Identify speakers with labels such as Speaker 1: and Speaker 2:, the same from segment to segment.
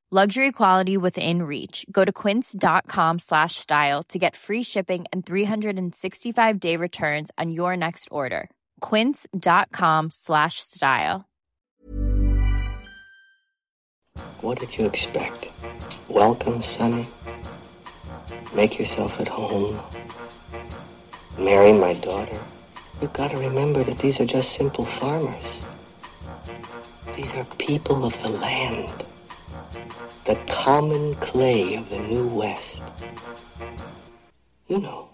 Speaker 1: Luxury quality within reach. Go to quince.com slash style to get free shipping and 365 day returns on your next order. Quince.com slash style.
Speaker 2: What did you expect? Welcome, Sonny. Make yourself at home. Marry my daughter. You gotta remember that these are just simple farmers. These are people of the land. The common clay of the new West. You know.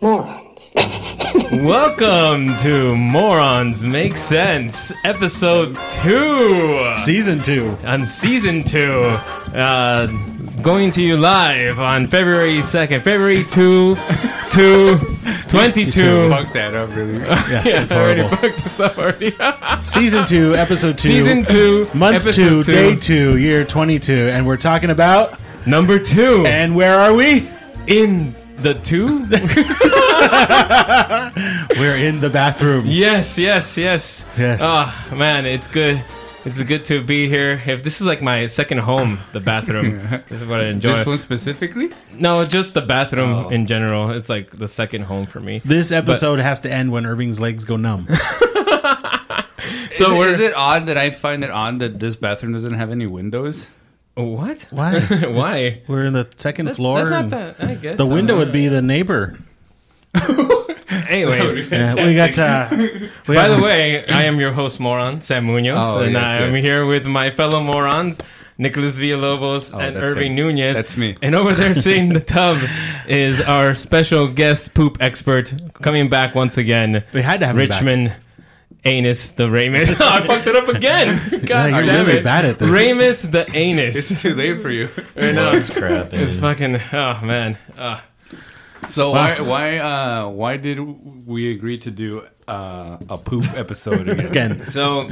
Speaker 2: Morons.
Speaker 3: Welcome to Morons Make Sense, episode two
Speaker 4: Season two.
Speaker 3: on season two. Uh, going to you live on February 2nd, February 2, 2, 22.
Speaker 5: Fuck that up really.
Speaker 4: Yeah,
Speaker 3: Yeah,
Speaker 4: it's
Speaker 3: I already
Speaker 4: horrible.
Speaker 3: fucked this up already.
Speaker 4: Season two, episode two.
Speaker 3: season two,
Speaker 4: month two,
Speaker 3: episode
Speaker 4: day two, year twenty-two, and we're talking about.
Speaker 3: number two.
Speaker 4: And where are we?
Speaker 3: in the two?
Speaker 4: We're in the bathroom.
Speaker 3: yes, yes, yes.
Speaker 4: Yes.
Speaker 3: Oh, man, it's good. It's good to be here. If this is like my second home, the bathroom. this is what I enjoy.
Speaker 5: This one specifically?
Speaker 3: No, just the bathroom
Speaker 5: Oh.
Speaker 3: in general. It's like the second home for me.
Speaker 4: This episode has to end when Irving's legs go numb.
Speaker 3: So
Speaker 5: So is,
Speaker 3: we're
Speaker 5: it odd that I find it odd that this bathroom doesn't have any windows?
Speaker 3: what?
Speaker 4: Why?
Speaker 3: Why? Hmm.
Speaker 4: We're in the second floor.
Speaker 3: That's not
Speaker 4: and
Speaker 3: that. I guess
Speaker 4: the
Speaker 3: so.
Speaker 4: window would be the neighbor.
Speaker 3: Anyways,
Speaker 4: Yeah, we got. Uh, we
Speaker 3: by
Speaker 4: got-
Speaker 3: the way, I am your host moron Sam Munoz,
Speaker 5: Oh,
Speaker 3: and
Speaker 5: yes,
Speaker 3: I am
Speaker 5: yes.
Speaker 3: here with my fellow morons. Nicholas Villalobos
Speaker 5: Oh,
Speaker 3: and
Speaker 5: that's
Speaker 3: Irving
Speaker 5: him.
Speaker 3: Nunez.
Speaker 5: That's me.
Speaker 3: And over there sitting in the tub is our special guest poop expert coming back once again.
Speaker 4: we had to have him back.
Speaker 3: Richmond Anus the Ramus. Oh, I fucked it up again. God
Speaker 4: you're
Speaker 3: damn
Speaker 4: really
Speaker 3: it.
Speaker 4: bad at this.
Speaker 3: Ramus the Anus.
Speaker 5: It's too late for you.
Speaker 3: it's crap. It's fucking oh man. Uh,
Speaker 5: So why why uh, why did we agree to do uh, a poop episode again?
Speaker 4: Again,
Speaker 3: so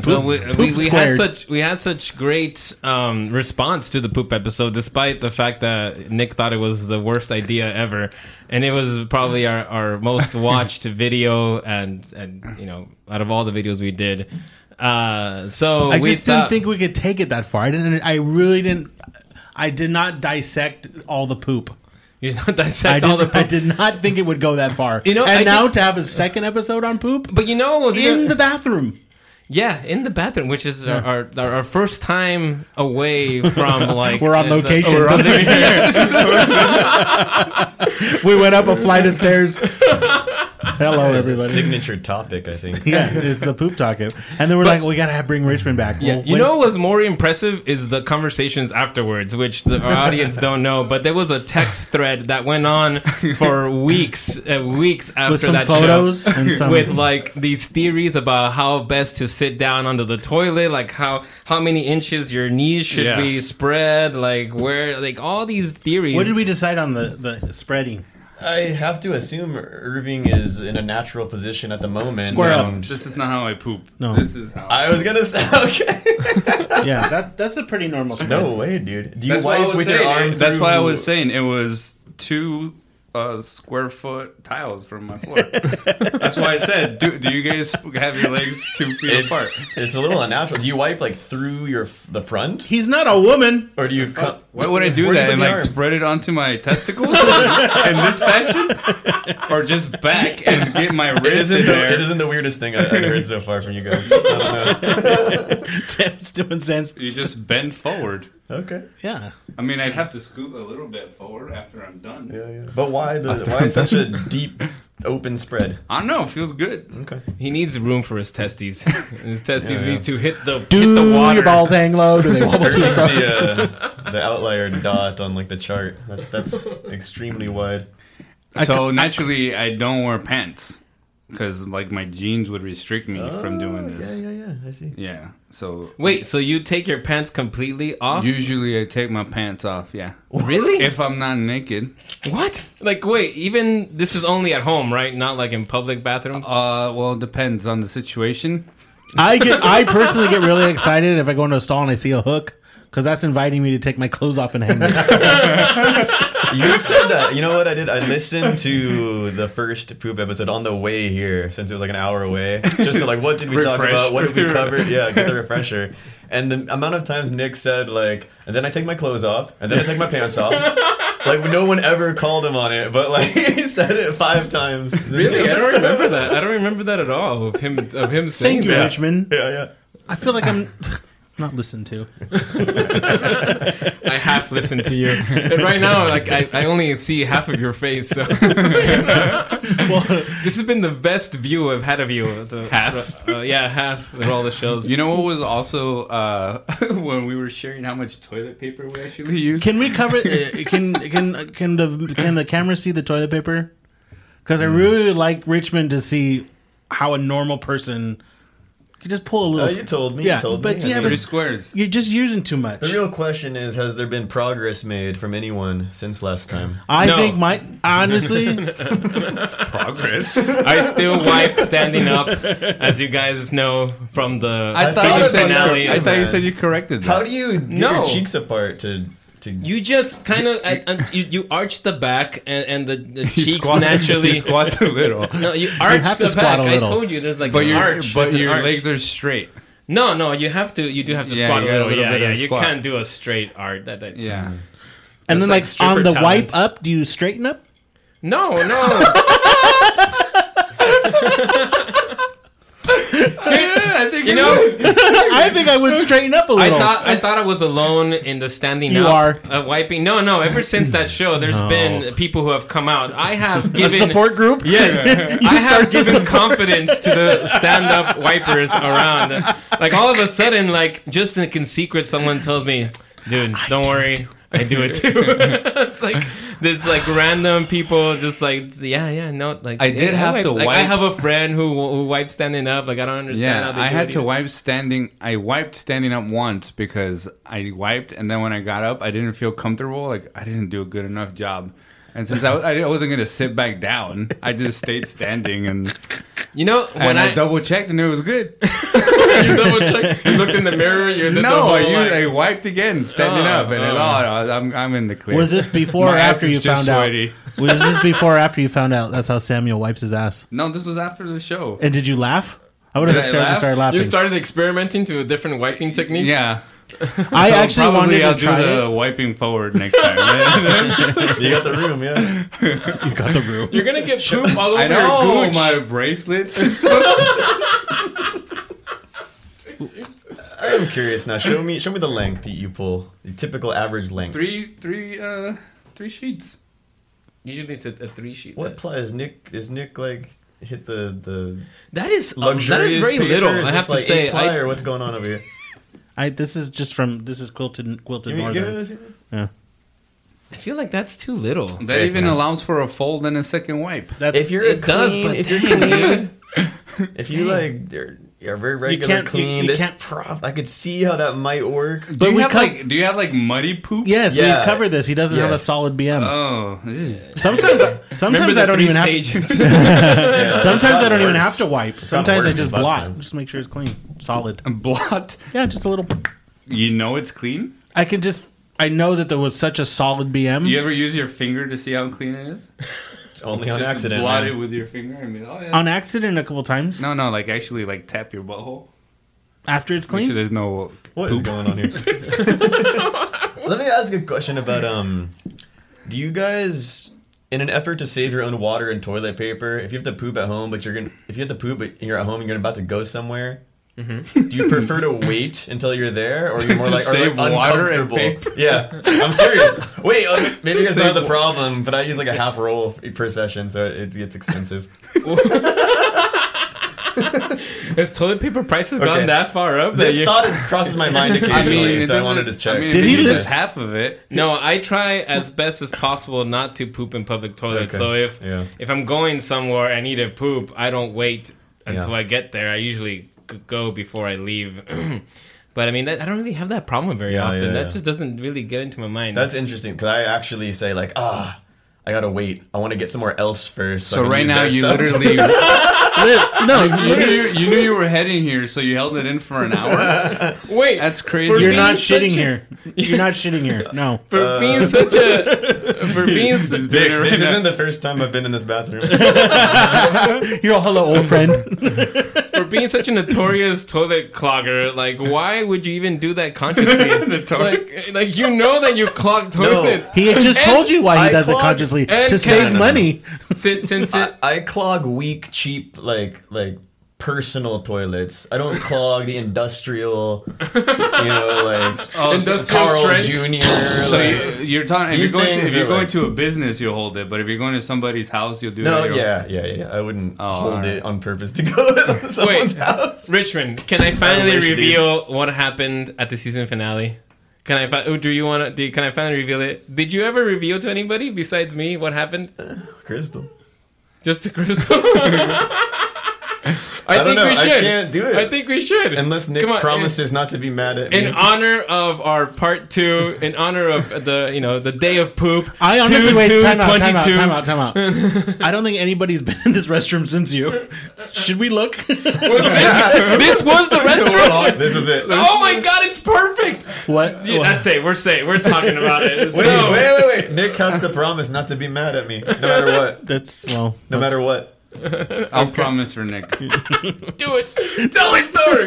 Speaker 3: so we, we, we had
Speaker 4: squared.
Speaker 3: such we had such great um, response to the poop episode, despite the fact that Nick thought it was the worst idea ever, and it was probably our, our most watched video, and and you know out of all the videos we did. Uh, so
Speaker 4: I
Speaker 3: we
Speaker 4: just
Speaker 3: thought-
Speaker 4: didn't think we could take it that far. I didn't. I really didn't. I did not dissect all the poop.
Speaker 3: you know, dissect
Speaker 4: I
Speaker 3: all
Speaker 4: did,
Speaker 3: the
Speaker 4: I
Speaker 3: poop.
Speaker 4: did not think it would go that far.
Speaker 3: You know,
Speaker 4: and
Speaker 3: I
Speaker 4: now
Speaker 3: think-
Speaker 4: to have a second episode on poop
Speaker 3: But you know, what was even-
Speaker 4: in the bathroom.
Speaker 3: Yeah, in the bathroom, which is our, our our first time away from like
Speaker 4: We're on
Speaker 3: the- the-
Speaker 4: location.
Speaker 3: we're on location.
Speaker 4: We went up a flight of stairs. Hello,
Speaker 6: It's a
Speaker 4: everybody.
Speaker 6: signature topic, I think.
Speaker 4: yeah, it's the poop talking, and then we're like, we gotta have, bring Richmond back.
Speaker 3: Yeah,
Speaker 4: Well,
Speaker 3: you
Speaker 4: when-
Speaker 3: know what was more impressive is the conversations afterwards, which the, our audience don't know. But there was a text thread that went on for weeks, uh, weeks after
Speaker 4: with some
Speaker 3: that
Speaker 4: photos
Speaker 3: show.
Speaker 4: and some
Speaker 3: with like these theories about how best to sit down under the toilet, like how how many inches your knees should
Speaker 5: Yeah.
Speaker 3: be spread, like where, like all these theories.
Speaker 4: What did we decide on the the spreading?
Speaker 6: I have to assume Irving is in a natural position at the moment.
Speaker 4: Square up.
Speaker 6: and-
Speaker 5: This is not how I poop.
Speaker 4: No.
Speaker 5: This is how
Speaker 6: I was gonna say okay.
Speaker 4: Yeah, that that's a pretty normal spread.
Speaker 6: No way, dude. Do you
Speaker 5: That's why I
Speaker 6: wipe
Speaker 5: was
Speaker 6: with
Speaker 5: saying.
Speaker 6: your arm?
Speaker 5: it- that's why I
Speaker 6: through-
Speaker 5: was saying it was two uh, square foot tiles from my floor. that's why I said, do, do you guys have your legs two feet apart?
Speaker 6: It's, it's a little unnatural. Do you wipe like through your f- the front,
Speaker 4: He's not a woman.
Speaker 6: or do you? Come,
Speaker 5: Why would I do
Speaker 6: Where'd you
Speaker 5: that
Speaker 6: put
Speaker 5: and
Speaker 6: the
Speaker 5: like
Speaker 6: arm?
Speaker 5: spread it onto my testicles in this fashion, or just back and get my
Speaker 6: It
Speaker 5: wrist
Speaker 6: isn't,
Speaker 5: in
Speaker 6: the, it
Speaker 5: there?
Speaker 6: isn't the weirdest thing I, I've heard so far from you guys. I don't know.
Speaker 4: Sam's doing sense.
Speaker 5: You just bend forward.
Speaker 6: Okay.
Speaker 4: Yeah.
Speaker 5: I mean, I'd have to scoot a little bit forward after I'm done.
Speaker 6: Yeah, yeah. But why the why such a deep open spread?
Speaker 5: I don't know. It feels good.
Speaker 6: Okay.
Speaker 3: He needs room for his testes. his testes
Speaker 6: Yeah, yeah.
Speaker 3: needs to hit the hit
Speaker 4: Do
Speaker 3: the water.
Speaker 4: your balls hang low? Do they wobble to and fro?
Speaker 6: the, uh, the outlier dot on like the chart. That's that's extremely wide.
Speaker 5: So naturally, I don't wear pants because like my jeans would restrict me from doing this.
Speaker 6: Oh, Yeah,
Speaker 5: Yeah,
Speaker 6: yeah, yeah. I see.
Speaker 5: So
Speaker 3: Wait, so you take your pants completely off?
Speaker 5: usually I take my pants off. Yeah.
Speaker 3: really?
Speaker 5: If I'm not naked.
Speaker 3: what? Like, wait, even this is only at home, right? Not like in public bathrooms.
Speaker 5: Uh, well, it depends on the situation.
Speaker 4: I get. I personally get really excited if I go into a stall and I see a hook because that's inviting me to take my clothes off and hang them.
Speaker 6: You said that. You know what I did? I listened to the first poop episode on the way here, since it was like an hour away. Just to like, what did we talk
Speaker 5: Refresh.
Speaker 6: about? What did we cover? Yeah, get the refresher. And the amount of times Nick said like, and then I take my clothes off, and then I take my pants off. Like no one ever called him on it, but like he said it five times.
Speaker 3: Really? I don't remember that. I don't remember that at all of him of him saying
Speaker 4: Thank you,
Speaker 3: that.
Speaker 4: Richmond.
Speaker 6: Yeah, yeah.
Speaker 4: I feel like I'm not listened to.
Speaker 3: I half listened to you, and right now, like I, I only see half of your face. So this has been the best view I've had of you. The-
Speaker 5: Half?
Speaker 3: uh, yeah, half of all the shows.
Speaker 5: You know what was also uh, when we were sharing how much toilet paper we actually use?
Speaker 4: Can we cover? uh, Can can can the can the camera see the toilet paper? Because I really would like Richmond to see how a normal person could just pull a
Speaker 6: Oh,
Speaker 4: little.
Speaker 6: you told me.
Speaker 4: Yeah,
Speaker 6: you told
Speaker 4: but
Speaker 6: me. I
Speaker 4: yeah,
Speaker 6: mean,
Speaker 5: Three squares.
Speaker 4: You're just using too much.
Speaker 6: The real question is: Has there been progress made from anyone since last time?
Speaker 4: I
Speaker 3: No.
Speaker 4: think my honestly,
Speaker 5: Progress.
Speaker 3: I still wipe standing up, as you guys know from the
Speaker 5: I
Speaker 6: That's
Speaker 3: season
Speaker 5: thought, you
Speaker 6: all about
Speaker 5: said,
Speaker 3: finale.
Speaker 6: that,
Speaker 5: I
Speaker 6: too.
Speaker 5: thought you said you corrected that.
Speaker 6: How do you get
Speaker 3: No.
Speaker 6: your cheeks apart to to?
Speaker 3: You just kind of you, you arch the back and, and the, the cheeks
Speaker 5: squat-
Speaker 3: naturally.
Speaker 5: you squat a little.
Speaker 3: No, you arch
Speaker 4: have to
Speaker 3: the
Speaker 4: squat
Speaker 3: back.
Speaker 4: a
Speaker 3: I
Speaker 4: little.
Speaker 3: told you, there's like
Speaker 5: But
Speaker 3: an
Speaker 5: your
Speaker 3: arch.
Speaker 5: but
Speaker 3: there's an
Speaker 5: your
Speaker 3: arch. Hmm.
Speaker 5: legs are straight.
Speaker 3: No, no, you have to. You do have to
Speaker 5: Yeah,
Speaker 3: squat
Speaker 5: you
Speaker 3: a
Speaker 5: got a
Speaker 3: little.
Speaker 5: little
Speaker 3: yeah,
Speaker 5: bit
Speaker 3: yeah.
Speaker 5: of
Speaker 3: You
Speaker 5: squat.
Speaker 3: can't do a straight arch. That, that's,
Speaker 5: Yeah.
Speaker 4: and then
Speaker 3: like
Speaker 4: like, on
Speaker 3: stripper
Speaker 4: the
Speaker 3: talent.
Speaker 4: wipe up, do you straighten up?
Speaker 3: No, no.
Speaker 5: I think
Speaker 3: you know,
Speaker 4: I think I would straighten up a
Speaker 3: I
Speaker 4: little.
Speaker 3: thought I thought I was alone in the standing
Speaker 4: You
Speaker 3: up,
Speaker 4: are.
Speaker 3: uh, wiping. No, no. Ever since that show, there's been people who have come out. I have
Speaker 4: a
Speaker 3: given
Speaker 4: support group.
Speaker 3: Yes, I have given confidence to the stand-up wipers around. Like all of a sudden, like just like in secret, someone tells me, "Dude, don't worry, I do it too." it's like this, like random people, just like yeah, yeah, no. Like
Speaker 5: I did
Speaker 3: yeah,
Speaker 5: have
Speaker 3: wipe.
Speaker 5: to
Speaker 3: Like, I
Speaker 5: wipe.
Speaker 3: have a friend who who wipes standing up. Like I don't understand.
Speaker 5: Yeah,
Speaker 3: how they
Speaker 5: I
Speaker 3: do
Speaker 5: had
Speaker 3: it
Speaker 5: to
Speaker 3: either.
Speaker 5: wipe standing. I wiped standing up once because I wiped, and then when I got up, I didn't feel comfortable. Like I didn't do a good enough job. And since I, was, I wasn't going to sit back down, I just stayed standing, and,
Speaker 3: You know when
Speaker 5: and I,
Speaker 3: I
Speaker 5: double checked, and it was good.
Speaker 3: you double check. You looked in the mirror. You did the
Speaker 5: no,
Speaker 3: whole
Speaker 5: I, used,
Speaker 3: like-
Speaker 5: I wiped again, standing
Speaker 3: Oh,
Speaker 5: up, and it-
Speaker 3: oh.
Speaker 5: oh, I'm, I'm in the clear.
Speaker 4: Was this before or
Speaker 5: My ass
Speaker 4: after
Speaker 5: is
Speaker 4: you
Speaker 5: just
Speaker 4: found out?
Speaker 5: sweaty.
Speaker 4: Was this before or after you found out that's how Samuel wipes his ass?
Speaker 5: No, this was after the show.
Speaker 4: And did you laugh? I would
Speaker 5: Did
Speaker 4: have
Speaker 5: I
Speaker 4: stared and
Speaker 5: laugh?
Speaker 4: started laughing.
Speaker 3: you started experimenting to different wiping techniques.
Speaker 5: Yeah,
Speaker 4: I
Speaker 5: So
Speaker 4: actually
Speaker 5: probably
Speaker 4: wanted
Speaker 5: I'll
Speaker 4: to try
Speaker 5: do the
Speaker 4: it.
Speaker 5: wiping forward next time.
Speaker 6: You got the room, yeah.
Speaker 4: You got the room.
Speaker 3: You're gonna get poop all over
Speaker 5: I
Speaker 3: your
Speaker 5: know
Speaker 3: gooch.
Speaker 5: my bracelets.
Speaker 6: I am curious now. Show me, show me the length that you pull. The typical average length.
Speaker 5: three, three, uh, three sheets.
Speaker 3: Usually it's a, a three sheet.
Speaker 6: What ply is Nick? Is Nick like hit the the
Speaker 3: That is um, that
Speaker 6: luxurious?
Speaker 3: is very
Speaker 6: paper?
Speaker 3: little.
Speaker 6: Is
Speaker 3: I
Speaker 6: this,
Speaker 3: have to
Speaker 6: like,
Speaker 3: say,
Speaker 6: eight ply,
Speaker 3: I,
Speaker 6: or what's going on over here?
Speaker 4: I, this is just from this is quilted quilted
Speaker 6: Give me, give me
Speaker 4: northern.
Speaker 6: this.
Speaker 4: Yeah.
Speaker 3: I feel like that's too little.
Speaker 5: That even allows for a fold and a second wipe.
Speaker 4: That's
Speaker 6: If you're a
Speaker 3: It does,
Speaker 6: clean,
Speaker 3: but
Speaker 6: if you're
Speaker 3: dang,
Speaker 6: clean, if you like, you're, you're very regular
Speaker 4: can't- you-
Speaker 6: clean.
Speaker 4: you
Speaker 6: this
Speaker 4: can't-
Speaker 6: prop, I could see how that might work.
Speaker 5: do you
Speaker 4: we
Speaker 5: have
Speaker 4: cut-
Speaker 5: like do you have like muddy poop?
Speaker 4: yes,
Speaker 6: Yeah.
Speaker 4: we covered this. He doesn't have a
Speaker 6: Yes.
Speaker 4: solid BM.
Speaker 5: Oh, ew.
Speaker 4: sometimes sometimes I don't even have.
Speaker 3: have.
Speaker 5: uh,
Speaker 4: Sometimes I don't even
Speaker 6: worse.
Speaker 4: have to wipe.
Speaker 6: gotten
Speaker 4: Sometimes I
Speaker 6: worse
Speaker 4: just
Speaker 6: since last
Speaker 4: blot.
Speaker 6: time.
Speaker 4: Just make sure it's clean, solid.
Speaker 5: blot.
Speaker 4: Yeah, just a little.
Speaker 5: You know it's clean.
Speaker 4: I can just. I know that there was such a solid BM.
Speaker 5: You ever use your finger to see how clean it is?
Speaker 6: Only on
Speaker 5: Just
Speaker 6: accident.
Speaker 5: Blot
Speaker 6: man.
Speaker 5: it with your finger and be like, oh yeah.
Speaker 4: on accident a couple times
Speaker 5: no, no, like actually like tap your butthole.
Speaker 4: after it's
Speaker 5: Make sure
Speaker 4: clean.
Speaker 5: there's no.
Speaker 6: What is going on here? Let me ask a question about um do you guys in an effort to save your own water and toilet paper, if you have to poop at home but you're going to if you have to poop but you're at home and you're about to go somewhere, Do you prefer to wait until you're there, or you're more
Speaker 5: Mm-hmm. To
Speaker 6: like, are like
Speaker 5: save water and
Speaker 6: uncomfortable? yeah, I'm serious. Wait, uh, maybe that's not the problem, but I use like a half roll per session, so it gets expensive.
Speaker 3: Has toilet paper prices
Speaker 6: Okay.
Speaker 3: gone that far up? that
Speaker 6: This
Speaker 3: you-
Speaker 6: thought is, crosses my mind occasionally,
Speaker 5: it
Speaker 6: so I
Speaker 5: doesn't-
Speaker 6: wanted to check.
Speaker 5: I mean,
Speaker 4: Did he
Speaker 5: if you
Speaker 4: live-
Speaker 5: use half of it?
Speaker 3: No, I try as best as possible not to poop in public toilets.
Speaker 6: Okay.
Speaker 3: So if
Speaker 6: Yeah.
Speaker 3: if I'm going somewhere I need to poop, I don't wait until
Speaker 6: Yeah.
Speaker 3: I get there. I usually g- go before I leave. but I mean, that, I don't really have that problem very
Speaker 6: Yeah,
Speaker 3: often.
Speaker 6: yeah,
Speaker 3: that
Speaker 6: yeah.
Speaker 3: just doesn't really get into my mind.
Speaker 6: That's interesting because I actually say like, ah, I gotta wait. I want to get somewhere else first. I
Speaker 5: So
Speaker 6: can
Speaker 5: right
Speaker 6: use
Speaker 5: now
Speaker 6: their
Speaker 5: you
Speaker 6: stuff."
Speaker 5: literally
Speaker 4: no,
Speaker 5: you knew you, you knew you were heading here, so you held it in for an hour.
Speaker 3: wait.
Speaker 5: That's crazy.
Speaker 3: For
Speaker 4: you're
Speaker 3: being
Speaker 4: not
Speaker 3: such
Speaker 4: shitting
Speaker 3: a-
Speaker 4: here. You're not shitting here. No.
Speaker 3: for being such a for being
Speaker 5: He's
Speaker 3: su-
Speaker 5: doing it right
Speaker 6: this
Speaker 5: now.
Speaker 6: isn't the first time I've been in this bathroom.
Speaker 4: You're all hello, old friend.
Speaker 3: for being such a notorious toilet clogger, like why would you even do that consciously? like, like you know that you clog toilets.
Speaker 4: He had just
Speaker 3: And
Speaker 4: told you why he
Speaker 6: I
Speaker 4: does it
Speaker 6: clogged
Speaker 4: consciously
Speaker 3: and
Speaker 4: to save
Speaker 3: Canada.
Speaker 4: money.
Speaker 3: Since, since it,
Speaker 6: I, I clog weak, cheap, like like personal toilets. I don't clog the industrial, you know, like
Speaker 5: Oh, so-
Speaker 3: industrial
Speaker 6: Carl
Speaker 3: strength.
Speaker 6: Jr.
Speaker 5: So
Speaker 6: like-
Speaker 5: you, you're talking. If
Speaker 6: These
Speaker 5: you're going, to,
Speaker 6: things
Speaker 5: if you're
Speaker 6: are
Speaker 5: going
Speaker 6: like-
Speaker 5: to a business, you'll hold it. But if you're going to somebody's house, you'll do
Speaker 6: no,
Speaker 5: it. You'll-
Speaker 6: yeah, yeah, yeah. I wouldn't
Speaker 5: Oh,
Speaker 6: hold
Speaker 5: alright.
Speaker 6: it on purpose to go to someone's house.
Speaker 3: Richmond, can I finally
Speaker 6: wish, dude.
Speaker 3: reveal what happened at the season finale? Can I? Fi- oh, do you want to? Can I finally reveal it? Did you ever reveal to anybody besides me what happened?
Speaker 6: Crystal.
Speaker 3: Just to Crystal. I,
Speaker 6: don't
Speaker 3: think
Speaker 6: know.
Speaker 3: we
Speaker 6: I
Speaker 3: should.
Speaker 6: can't do it.
Speaker 3: I think we should.
Speaker 6: Unless Nick
Speaker 3: Come on,
Speaker 6: promises not to be mad at
Speaker 3: in
Speaker 6: me.
Speaker 3: honor of our part two, in honor of the you know the day of poop.
Speaker 4: I honestly
Speaker 3: two,
Speaker 4: wait.
Speaker 3: two,
Speaker 4: time, out, time out.
Speaker 3: 22.
Speaker 4: Time out. Time out. I don't think anybody's been in this restroom since you. Should we look?
Speaker 3: This was the restaurant.
Speaker 6: this is it.
Speaker 3: oh my god, it's perfect.
Speaker 4: what?
Speaker 3: Yeah, that's it. We're safe. We're talking about it.
Speaker 6: Wait,
Speaker 3: So-
Speaker 6: wait, wait, wait. Nick has to promise not to be mad at me, no matter what.
Speaker 4: That's well.
Speaker 6: No matter what.
Speaker 5: I'll promise for Nick.
Speaker 3: do it. Tell the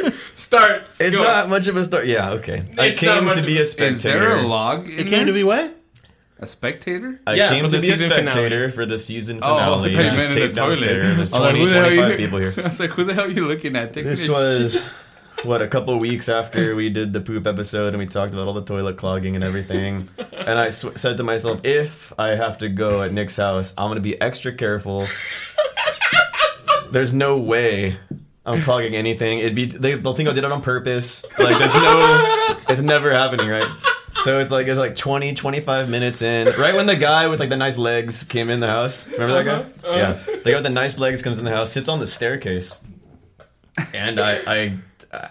Speaker 3: story. Start.
Speaker 6: It's
Speaker 3: Go.
Speaker 6: not much of a story. Yeah, okay. I
Speaker 3: It's not
Speaker 6: came
Speaker 3: much
Speaker 6: to
Speaker 3: of
Speaker 6: be
Speaker 3: a-
Speaker 6: a
Speaker 3: Is
Speaker 5: Is there
Speaker 6: spectator.
Speaker 5: a log? In
Speaker 4: It came
Speaker 5: there?
Speaker 4: to be what?
Speaker 5: a spectator.
Speaker 6: I
Speaker 3: Yeah,
Speaker 6: came
Speaker 3: for
Speaker 6: to
Speaker 3: the
Speaker 6: be a
Speaker 3: season finale.
Speaker 6: spectator for the season
Speaker 5: Oh,
Speaker 6: finale.
Speaker 5: I
Speaker 6: I
Speaker 5: thought you
Speaker 6: just
Speaker 5: meant in
Speaker 6: taped
Speaker 5: the toilet.
Speaker 6: downstairs. There's
Speaker 5: I was
Speaker 6: 20,
Speaker 5: like, who the hell are
Speaker 6: 25
Speaker 5: you-
Speaker 6: people here.
Speaker 5: I was like, who the hell are you looking at? Taking
Speaker 6: This
Speaker 5: shit?
Speaker 6: was what a couple weeks after we did the poop episode and we talked about all the toilet clogging and everything. And I sw- said to myself, if I have to go at Nick's house, I'm gonna be extra careful. There's no way I'm clogging anything. It'd be they, they'll think I did it on purpose. Like there's no, it's never happening, right? So it's like it's like 20, 25 minutes in, right when the guy with like the nice legs came in the house. Remember that guy? Yeah, the guy with the nice legs comes in the house, sits on the staircase and I, I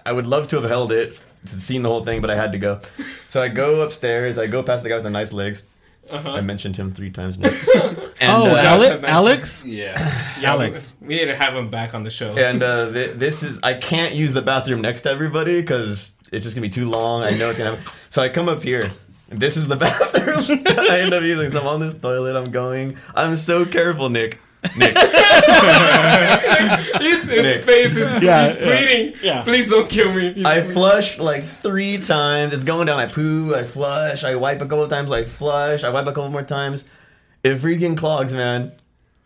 Speaker 6: I would love to have held it, seen the whole thing, but I had to go. So I go upstairs. I go past the guy with the nice legs. I mentioned him three times now. and,
Speaker 4: Oh,
Speaker 6: uh,
Speaker 4: Ale-
Speaker 3: nice-
Speaker 4: Alex.
Speaker 5: Yeah.
Speaker 4: Alex.
Speaker 3: We need to have him back on the show.
Speaker 6: and uh, th- this is I can't use the bathroom next to everybody because it's just gonna be too long. I know it's gonna happen. So I come up here. This is the bathroom. I end up using. So I'm on this toilet. I'm going. I'm so careful, Nick. Nick.
Speaker 3: his, his
Speaker 6: uh, Nick.
Speaker 3: face is
Speaker 4: Yeah,
Speaker 3: he's
Speaker 4: yeah.
Speaker 3: bleeding.
Speaker 4: Yeah.
Speaker 3: Please don't kill me. He's
Speaker 6: I
Speaker 3: bleeding.
Speaker 6: flush like three times. It's going down. I poo. I flush. I wipe a couple times. I flush. I wipe a couple more times. It freaking clogs, man.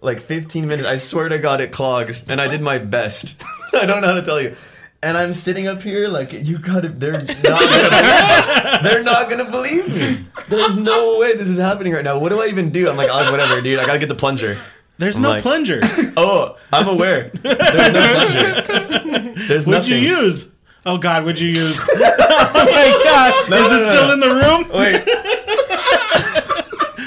Speaker 6: Like 15 minutes. I swear to God, it clogs. And I did my best. I don't know how to tell you. And I'm sitting up here like you gotta. They're not. Gonna, they're not gonna believe me. There's no way this is happening right now. What do I even do? I'm like, oh, whatever, dude. I gotta get the plunger.
Speaker 4: There's no
Speaker 6: like-
Speaker 4: plunger.
Speaker 6: Oh, I'm aware. There's no plunger. There's
Speaker 4: What'd
Speaker 6: nothing.
Speaker 4: you use? Oh God, what'd you use? oh my God, is
Speaker 6: no,
Speaker 4: it
Speaker 6: no,
Speaker 4: still
Speaker 6: no.
Speaker 4: in the room?
Speaker 6: Wait.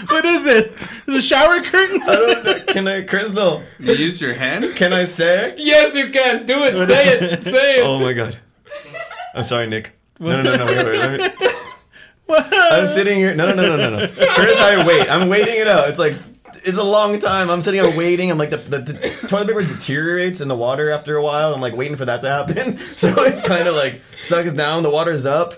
Speaker 4: What is it? The shower curtain?
Speaker 6: I don't know. Can I, Crystal?
Speaker 5: You use your hand?
Speaker 6: Can I say?
Speaker 3: Yes, you can do it. Say it. Say it.
Speaker 6: Oh my god. I'm sorry, Nick. No, no, no, no, wait, wait, let me. I'm sitting here. No, no, no, no, no, no. First, I wait. I'm waiting it out. It's like it's a long time. I'm sitting here waiting. I'm like the, the, the toilet paper deteriorates in the water after a while. I'm like waiting for that to happen. So it kind of like sucks down. The water's up.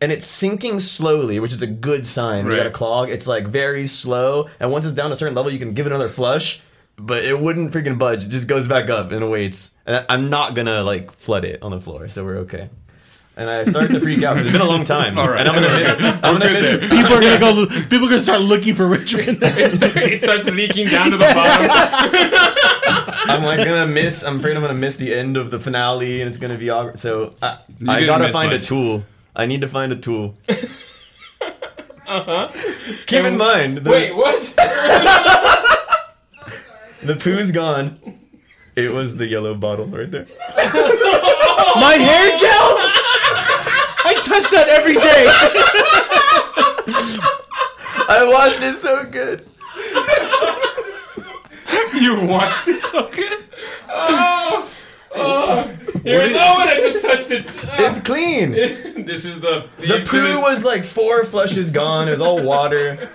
Speaker 6: And it's sinking slowly, which is a good sign. You got a
Speaker 5: Right.
Speaker 6: clog. It's like very slow, and once it's down a certain level, you can give it another flush. But it wouldn't freaking budge. It just goes back up and waits. And I- I'm not gonna like flood it on the floor, so we're okay. and I started to freak out because it's been a long time. All right, and I'm gonna miss. I'm gonna miss.
Speaker 4: People are gonna go. People are gonna start looking for Richmond.
Speaker 3: it starts leaking down to the bottom.
Speaker 6: I'm like gonna miss. I'm afraid I'm gonna miss the end of the finale, and it's gonna be awkward. So I, I
Speaker 5: didn't
Speaker 6: gotta
Speaker 5: miss
Speaker 6: find a
Speaker 5: much.
Speaker 6: tool. I need to find a tool. uh-huh. Keep in mind, the,
Speaker 3: Wait, what?
Speaker 6: the poo's gone. It was the yellow bottle right there.
Speaker 4: My hair gel. I touch that every day.
Speaker 6: I watched it so good.
Speaker 5: You want
Speaker 3: Oh. You know what? I just touched it.
Speaker 6: It's clean.
Speaker 3: This is the
Speaker 6: The poo was like four flushes gone. It was all water.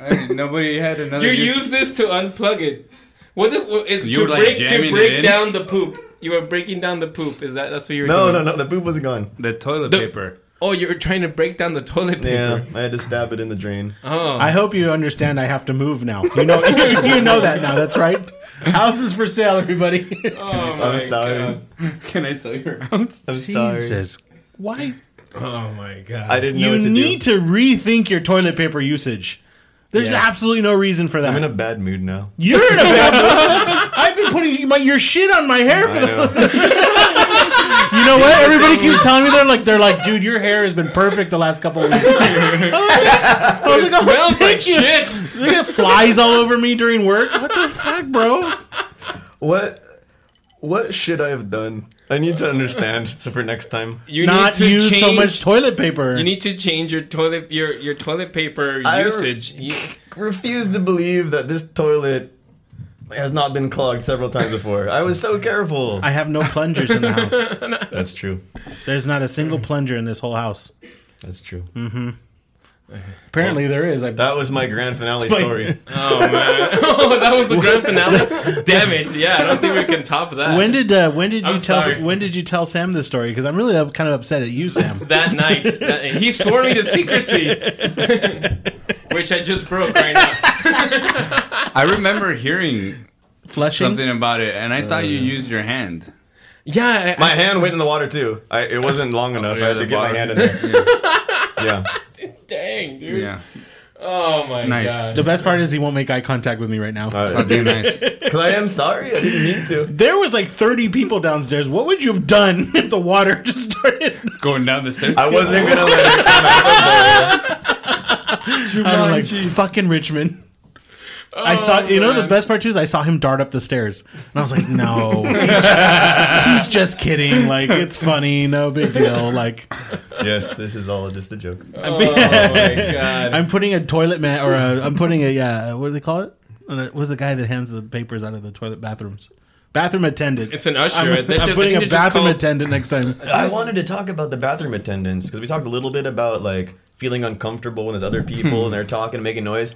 Speaker 5: I mean, nobody had another.
Speaker 3: You
Speaker 5: use-
Speaker 3: use this to unplug it. What the, what- it's
Speaker 5: You
Speaker 3: to
Speaker 5: were, like,
Speaker 3: break to
Speaker 5: jamming it
Speaker 3: break
Speaker 5: in?
Speaker 3: down the poop. You were breaking down the poop. Is that that's what you were
Speaker 6: No,
Speaker 3: doing?
Speaker 6: no, no. The poop was gone.
Speaker 5: the toilet
Speaker 3: The-
Speaker 5: paper.
Speaker 3: Oh, you were trying to break down the toilet paper.
Speaker 6: Yeah, I had to stab it in the drain.
Speaker 3: Oh,
Speaker 4: I hope you understand. I have to move now. You know. You know that now. That's right. House is for sale, everybody.
Speaker 3: oh
Speaker 6: I'm
Speaker 3: my
Speaker 6: sorry.
Speaker 3: God.
Speaker 5: Can I sell your house?
Speaker 6: I'm sorry.
Speaker 4: Jesus. Why?
Speaker 3: Oh my god.
Speaker 6: I didn't know
Speaker 4: You
Speaker 6: what to
Speaker 4: need
Speaker 6: do.
Speaker 4: to rethink your toilet paper usage. There's
Speaker 3: Yeah.
Speaker 4: absolutely no reason for that.
Speaker 6: I'm in a bad mood now.
Speaker 4: You're in a bad mood. I've been putting my, your shit on my hair for
Speaker 6: I
Speaker 4: the.
Speaker 6: know.
Speaker 4: You know what? Everybody keeps telling me they're like they're like, dude, your hair has been perfect the last couple of weeks. I was
Speaker 3: It
Speaker 4: like, oh,
Speaker 3: smells like
Speaker 4: thank you.
Speaker 3: shit.
Speaker 4: Look at flies all over me during work. What the fuck, bro?
Speaker 6: what? What should I have done? I need to understand. So for next time,
Speaker 3: You
Speaker 4: Not
Speaker 3: need to
Speaker 4: use
Speaker 3: change,
Speaker 4: so much toilet paper.
Speaker 3: You need to change your toilet your your toilet paper
Speaker 6: I-
Speaker 3: usage. You-
Speaker 5: Oh,
Speaker 6: refuse to believe that this toilet has not been clogged several times before. I was so careful.
Speaker 4: I have no plungers in the house.
Speaker 6: That's true.
Speaker 4: There's not a single plunger in this whole house.
Speaker 6: That's true.
Speaker 4: Apparently there is. I
Speaker 6: That was my grand finale
Speaker 4: Explain.
Speaker 6: story.
Speaker 3: oh man. oh, that was the grand finale. Damn it. Yeah, I don't think we can top that.
Speaker 4: when did uh, when did you
Speaker 3: I'm
Speaker 4: tell
Speaker 3: sorry.
Speaker 4: when did you tell Sam this story? Because I'm really uh, kind of upset at you, Sam.
Speaker 3: that night. That- he swore me to secrecy, which I just broke right now.
Speaker 5: I remember hearing
Speaker 4: Flushing.
Speaker 5: something about it, and I thought
Speaker 6: Oh,
Speaker 5: you used your hand.
Speaker 3: Yeah, I,
Speaker 6: My hand went in the water too. I, it wasn't long enough. I had to
Speaker 5: the
Speaker 6: get my
Speaker 5: bottom.
Speaker 6: hand in there. Yeah.
Speaker 3: dang, dude.
Speaker 5: Yeah,
Speaker 3: Oh my
Speaker 5: Nice.
Speaker 3: god.
Speaker 4: The best part is he won't make eye contact with me right now.
Speaker 6: All right.
Speaker 5: that'd be nice.
Speaker 6: Because I am sorry. I didn't mean to.
Speaker 4: There was like 30 people downstairs. What would you have done if the water just started?
Speaker 5: Going down the stairs.
Speaker 6: I wasn't going to let it come out.
Speaker 4: I'm like fucking Richmond. I saw you know the
Speaker 3: Oh, man.
Speaker 4: best part too is I saw him dart up the stairs and I was like no he's just kidding like it's funny no big deal like
Speaker 6: Yes, this is all just a joke.
Speaker 3: Oh my god.
Speaker 4: I'm putting a toilet mat or a, I'm putting a uh, what do they call it Uh, what's the guy that hands the papers out of the toilet bathrooms bathroom attendant
Speaker 3: It's an usher.
Speaker 4: I'm,
Speaker 3: They-
Speaker 4: I'm
Speaker 3: they-
Speaker 4: putting
Speaker 3: they
Speaker 4: a
Speaker 3: just
Speaker 4: bathroom
Speaker 3: call-
Speaker 4: attendant next time
Speaker 6: I wanted to talk about the bathroom attendants because we talked a little bit about like feeling uncomfortable when there's other people and they're talking, making noise.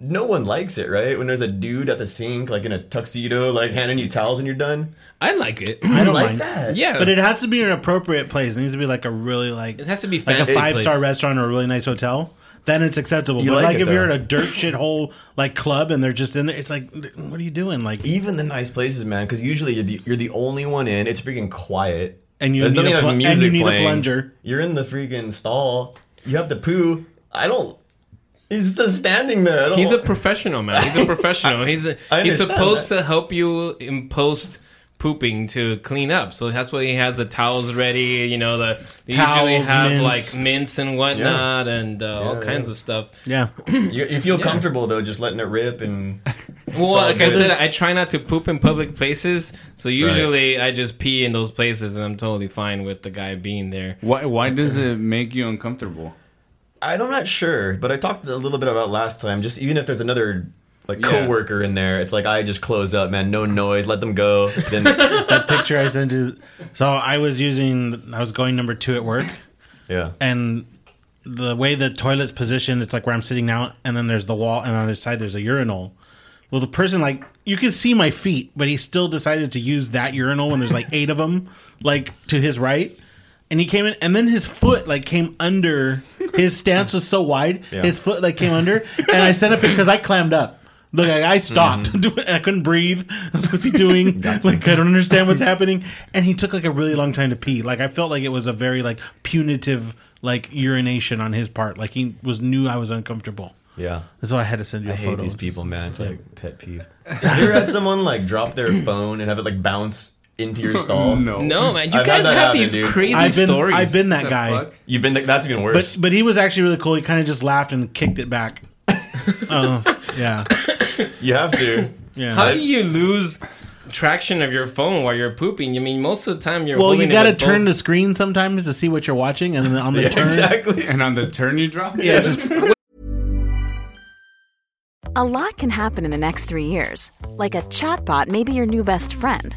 Speaker 6: No one likes it, right? When there's a dude at the sink, like in a tuxedo, like handing you towels when you're done.
Speaker 3: I like it.
Speaker 4: I don't
Speaker 6: like
Speaker 4: mind.
Speaker 6: that.
Speaker 3: Yeah.
Speaker 4: But it has to be an appropriate place. It needs to be like a really like
Speaker 3: It has to be
Speaker 4: like a
Speaker 3: fancy
Speaker 4: five star
Speaker 3: place.
Speaker 4: restaurant or a really nice hotel. Then it's acceptable.
Speaker 6: You
Speaker 4: but
Speaker 6: like
Speaker 4: like
Speaker 6: it,
Speaker 4: if you're
Speaker 6: though.
Speaker 4: at a dirt shithole like club and they're just in there, it's like, what are you doing? Like,
Speaker 6: Even the nice places, man, because usually you're the, you're the only one in. It's freaking quiet.
Speaker 4: and you
Speaker 6: There's
Speaker 4: need
Speaker 6: nothing
Speaker 4: a,
Speaker 6: like
Speaker 4: pl- and
Speaker 6: music
Speaker 4: you need
Speaker 6: playing.
Speaker 4: a plunger.
Speaker 6: You're in the freaking stall. You have to poo. I don't. He's just standing there. I don't,
Speaker 3: He's a professional man. He's a professional. He's a,
Speaker 6: I
Speaker 3: he's
Speaker 6: understand
Speaker 3: supposed to help you in post pooping to clean up. So that's why he has the towels ready. You know, the they usually
Speaker 4: Towels,
Speaker 3: have
Speaker 4: mints.
Speaker 3: like mints and whatnot and uh, all
Speaker 6: Yeah,
Speaker 3: kinds
Speaker 6: yeah.
Speaker 3: of stuff.
Speaker 4: Yeah.
Speaker 6: you, you feel comfortable though, just letting it rip and
Speaker 3: Well,
Speaker 6: all
Speaker 3: like I
Speaker 6: good.
Speaker 3: said, I try not to poop in public places. So usually I just pee in those places, and I'm totally fine with the guy being there.
Speaker 5: Why? Why does it make you uncomfortable?
Speaker 6: I'm not sure, but I talked a little bit about last time. Just even if there's another like
Speaker 5: Yeah.
Speaker 6: coworker in there, it's like I just close up, man. No noise, let them go. Then
Speaker 4: that picture I sent you. So I was using, I was going number two at work.
Speaker 6: yeah,
Speaker 4: and the way the toilet's positioned, it's like where I'm sitting now, and then there's the wall, and on the other side there's a urinal. Well, the person like you can see my feet, but he still decided to use that urinal when there's like eight of them, like to his right. And he came in, and then his foot like came under. His stance was so wide,
Speaker 6: Yeah.
Speaker 4: his foot like came under, and I sent up because I clammed up. Look, I, I stopped.
Speaker 6: Mm-hmm.
Speaker 4: I couldn't breathe. I was, what's he doing? like, I don't understand what's happening. And he took like a really long time to pee. Like, I felt like it was a very like punitive like urination on his part. Like he was knew I was uncomfortable.
Speaker 6: Yeah.
Speaker 4: So I had to send you a
Speaker 6: I
Speaker 4: photo.
Speaker 6: hate these people, man. It's like pet peeve. Have you ever had someone like drop their phone and have it like bounce into your stall?
Speaker 5: No.
Speaker 3: No, man, you
Speaker 6: I've had
Speaker 3: guys
Speaker 6: that
Speaker 3: have
Speaker 6: happen,
Speaker 3: these
Speaker 6: dude.
Speaker 3: crazy
Speaker 4: I've been
Speaker 3: stories.
Speaker 4: I've been that
Speaker 5: The
Speaker 4: guy.
Speaker 5: fuck?
Speaker 6: You've been that's even worse.
Speaker 4: But but he was actually really cool. He kind of just laughed and kicked it back. Oh yeah,
Speaker 6: you have to.
Speaker 4: yeah.
Speaker 3: How do you lose traction of your phone while you're pooping? I mean, most of the time you're
Speaker 4: well, you
Speaker 3: holding it
Speaker 4: got to
Speaker 3: with
Speaker 4: turn the
Speaker 3: both-
Speaker 4: screen sometimes to see what you're watching, and then on the
Speaker 6: Yeah,
Speaker 4: turn,
Speaker 6: exactly.
Speaker 5: And on the turn you drop?
Speaker 4: yeah, just
Speaker 7: A lot can happen in the next three years. Like a chatbot may be your new best friend.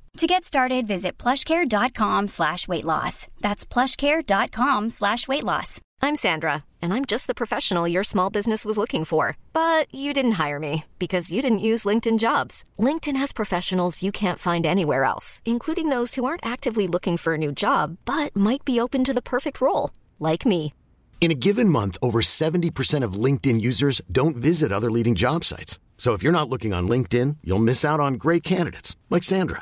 Speaker 8: To get started, visit plushcare.com slash weight loss. That's plushcare.com slash weight loss.
Speaker 9: I'm Sandra, and I'm just the professional your small business was looking for. But you didn't hire me because you didn't use LinkedIn jobs. LinkedIn has professionals you can't find anywhere else, including those who aren't actively looking for a new job but might be open to the perfect role, like me.
Speaker 10: In a given month, over 70% of LinkedIn users don't visit other leading job sites. So if you're not looking on LinkedIn, you'll miss out on great candidates like Sandra.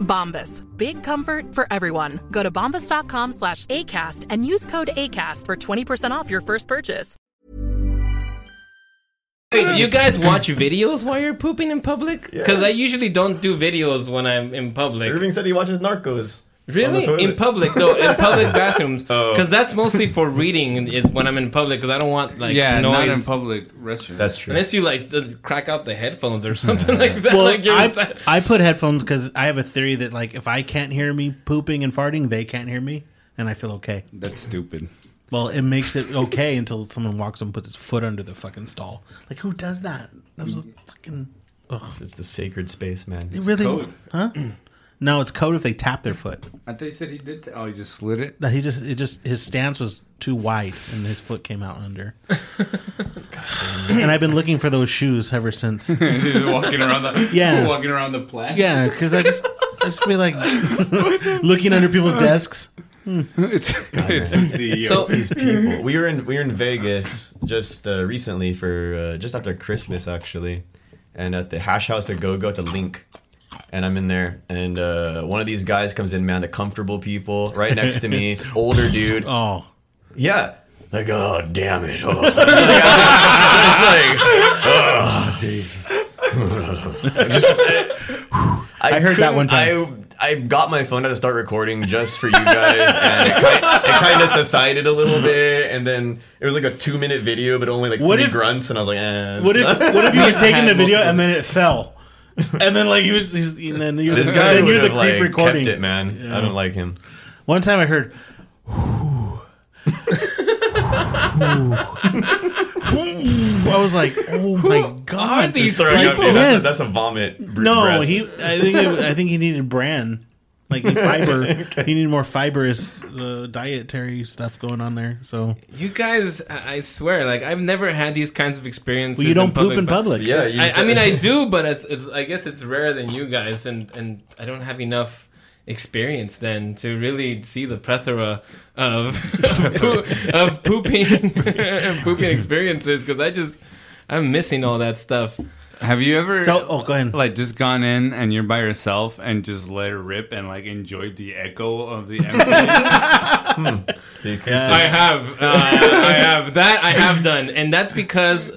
Speaker 9: Bombas. Big comfort for everyone. Go to bombas.com slash ACAST and use code ACAST for 20% off your first purchase.
Speaker 3: Wait, do you guys watch videos while you're pooping in public? Because I usually don't do videos when I'm in public.
Speaker 6: Irving said he watches Narcos. on the
Speaker 3: Really?
Speaker 6: toilet.
Speaker 3: In public though, in public bathrooms,
Speaker 6: Oh.
Speaker 3: because that's mostly for reading. Is when I'm in public because I don't want like
Speaker 5: yeah,
Speaker 3: noise.
Speaker 5: not in public restrooms.
Speaker 6: That's true.
Speaker 3: Unless you like d- crack out the headphones or something like that.
Speaker 4: Well,
Speaker 3: like you're
Speaker 4: I,
Speaker 3: inside.
Speaker 4: I put headphones because I have a theory that like if I can't hear me pooping and farting, they can't hear me, and I feel okay.
Speaker 5: That's stupid.
Speaker 4: Well, it makes it okay until someone walks up and puts his foot under the fucking stall. Like who does that? That was a fucking
Speaker 6: It's the sacred space,
Speaker 4: it
Speaker 6: man.
Speaker 4: really
Speaker 5: code.
Speaker 4: huh? No, it's code if they tap their foot.
Speaker 5: I thought you said he did. T- oh, he just slid it.
Speaker 4: That he just it just his stance was too wide and his foot came out under. and I've been looking for those shoes ever since.
Speaker 5: He's walking around the
Speaker 4: Yeah.
Speaker 5: walking around the plant.
Speaker 4: Yeah, because I just I just be like looking under people's desks.
Speaker 5: it's, it's the CEO.
Speaker 3: so
Speaker 6: These people. We were in we were in Vegas just uh, recently for uh, just after Christmas actually, and at the Hash House at Go Go at the Link. And I'm in there, and uh, one of these guys comes in, man, the comfortable people, right next to me, older dude.
Speaker 4: Oh.
Speaker 6: Yeah. Like, oh, damn it. Oh. like, I- I,
Speaker 4: I heard that one
Speaker 6: couldn't- I, I got my phone out to start recording just for you guys, and it kind, it kind of subsided a little bit, and then it was like a two minute video, but only like
Speaker 4: What
Speaker 6: three
Speaker 4: if-
Speaker 6: grunts, and I was like, eh.
Speaker 4: What if what if you were taking the
Speaker 3: Had
Speaker 4: video and then it fell? And then like he was he's, and then you're
Speaker 6: this
Speaker 4: the,
Speaker 6: guy
Speaker 4: then
Speaker 6: would
Speaker 4: you're the
Speaker 6: have like
Speaker 4: creep recording.
Speaker 6: kept it, man. I don't like him.
Speaker 4: One time I heard I was like, "Oh my god!"
Speaker 3: are these
Speaker 6: Throwing up,
Speaker 3: people?
Speaker 6: dude, that's,
Speaker 4: Yes.
Speaker 6: a, that's a vomit. br-
Speaker 4: No,
Speaker 6: breath.
Speaker 4: he. I think. It, I think he needed bran, like he fiber. He needed more fibrous uh, dietary stuff going on there. So
Speaker 3: you guys, I I swear, like I've never had these kinds of experiences.
Speaker 4: well, you don't poop in
Speaker 3: but-
Speaker 4: public.
Speaker 6: Yeah, you
Speaker 3: I,
Speaker 6: just-
Speaker 3: I mean, I do, but it's, it's I guess it's rarer than you guys, and and I don't have enough experience then to really see the plethora of of, poo- of pooping pooping experiences because I just I'm missing all that stuff.
Speaker 5: Have you ever
Speaker 3: So-
Speaker 5: oh go ahead like just gone in and you're by yourself and just let it rip and like enjoyed the echo of the
Speaker 6: hmm,
Speaker 5: empty?
Speaker 3: I have, uh, I have that. I have done, and that's because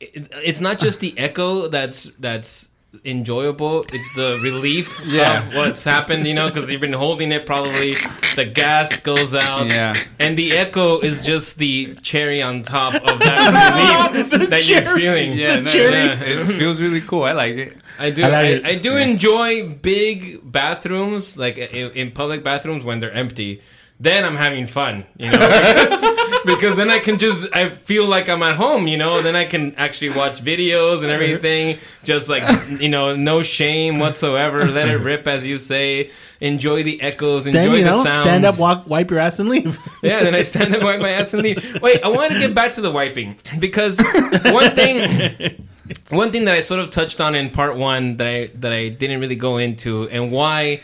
Speaker 3: it, it's not just the echo that's that's enjoyable. It's the relief
Speaker 5: Yeah.
Speaker 3: of what's happened. You know, because you've been holding it. Probably the gas goes out.
Speaker 5: Yeah.
Speaker 3: and the echo is just the cherry on top of that relief that you're feeling.
Speaker 5: Yeah, no, yeah, it feels really cool. I like it.
Speaker 3: I do. I,
Speaker 5: I like
Speaker 3: I,
Speaker 5: it.
Speaker 3: do enjoy big bathrooms, like in, in public bathrooms when they're empty. Then I'm having fun, you know, because, because then I can just I feel like I'm at home, you know. Then I can actually watch videos and
Speaker 4: Uh-huh.
Speaker 3: everything, just like you know, no shame whatsoever. Let it rip, as you say. Enjoy the echoes. Enjoy
Speaker 4: Then you
Speaker 3: the
Speaker 4: know,
Speaker 3: sounds.
Speaker 4: stand up, walk, wipe your ass, and leave.
Speaker 3: Yeah, then I stand up, wipe my ass, and leave. Wait, I want to get back to the wiping because one thing, one thing that I sort of touched on in part one that I that I didn't really go into, and why,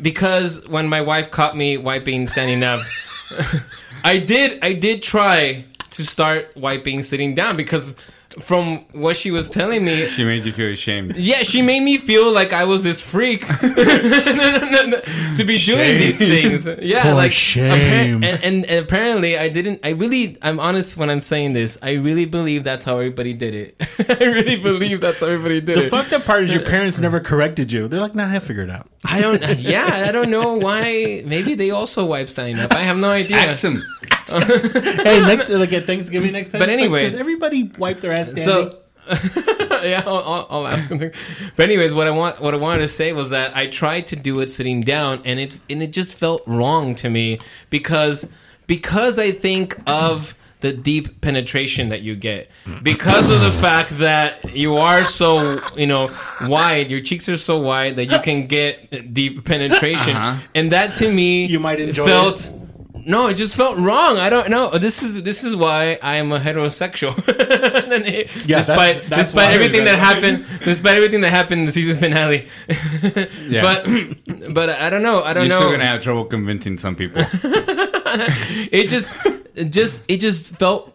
Speaker 3: because when my wife caught me wiping standing up, I did I did try to start wiping sitting down because from what she was telling me,
Speaker 5: She made you feel ashamed.
Speaker 3: yeah, she made me feel like I was this freak to be doing these
Speaker 5: Shame.
Speaker 3: things. Yeah,
Speaker 5: For
Speaker 3: like
Speaker 5: shame.
Speaker 3: appar- and, and, and apparently, I didn't. I really, I'm honest when I'm saying this. I really believe that's how everybody did it. I really believe that's how everybody did
Speaker 4: The
Speaker 3: it.
Speaker 4: fucked up part is your parents never corrected you. They're like, nah, I figured it out.
Speaker 3: I don't. Yeah, I don't know why. Maybe they also wipe standing up. I have no idea.
Speaker 4: hey, next like at Thanksgiving next time.
Speaker 3: But
Speaker 4: like,
Speaker 3: anyway-
Speaker 4: does everybody wipe their ass? Standing?
Speaker 3: So yeah, I'll- I'll, I'll ask him. But anyways, what I want, what I wanted to say was that I tried to do it sitting down, and it and it just felt wrong to me because because I think of the deep penetration that you get because of the fact that you are so you know wide your cheeks are so wide that you can get deep penetration
Speaker 5: Uh-huh.
Speaker 3: and that to me you
Speaker 4: might enjoy
Speaker 3: felt no, it just felt wrong. I don't know. This is this is why I am a heterosexual. And it-
Speaker 4: Yeah, that's-
Speaker 3: despite
Speaker 4: that's
Speaker 3: despite
Speaker 4: why.
Speaker 3: everything that happened, despite everything that happened in the season finale. But but I don't know. I don't
Speaker 5: You're
Speaker 3: know.
Speaker 5: still gonna have trouble convincing some people.
Speaker 3: it just it just it just felt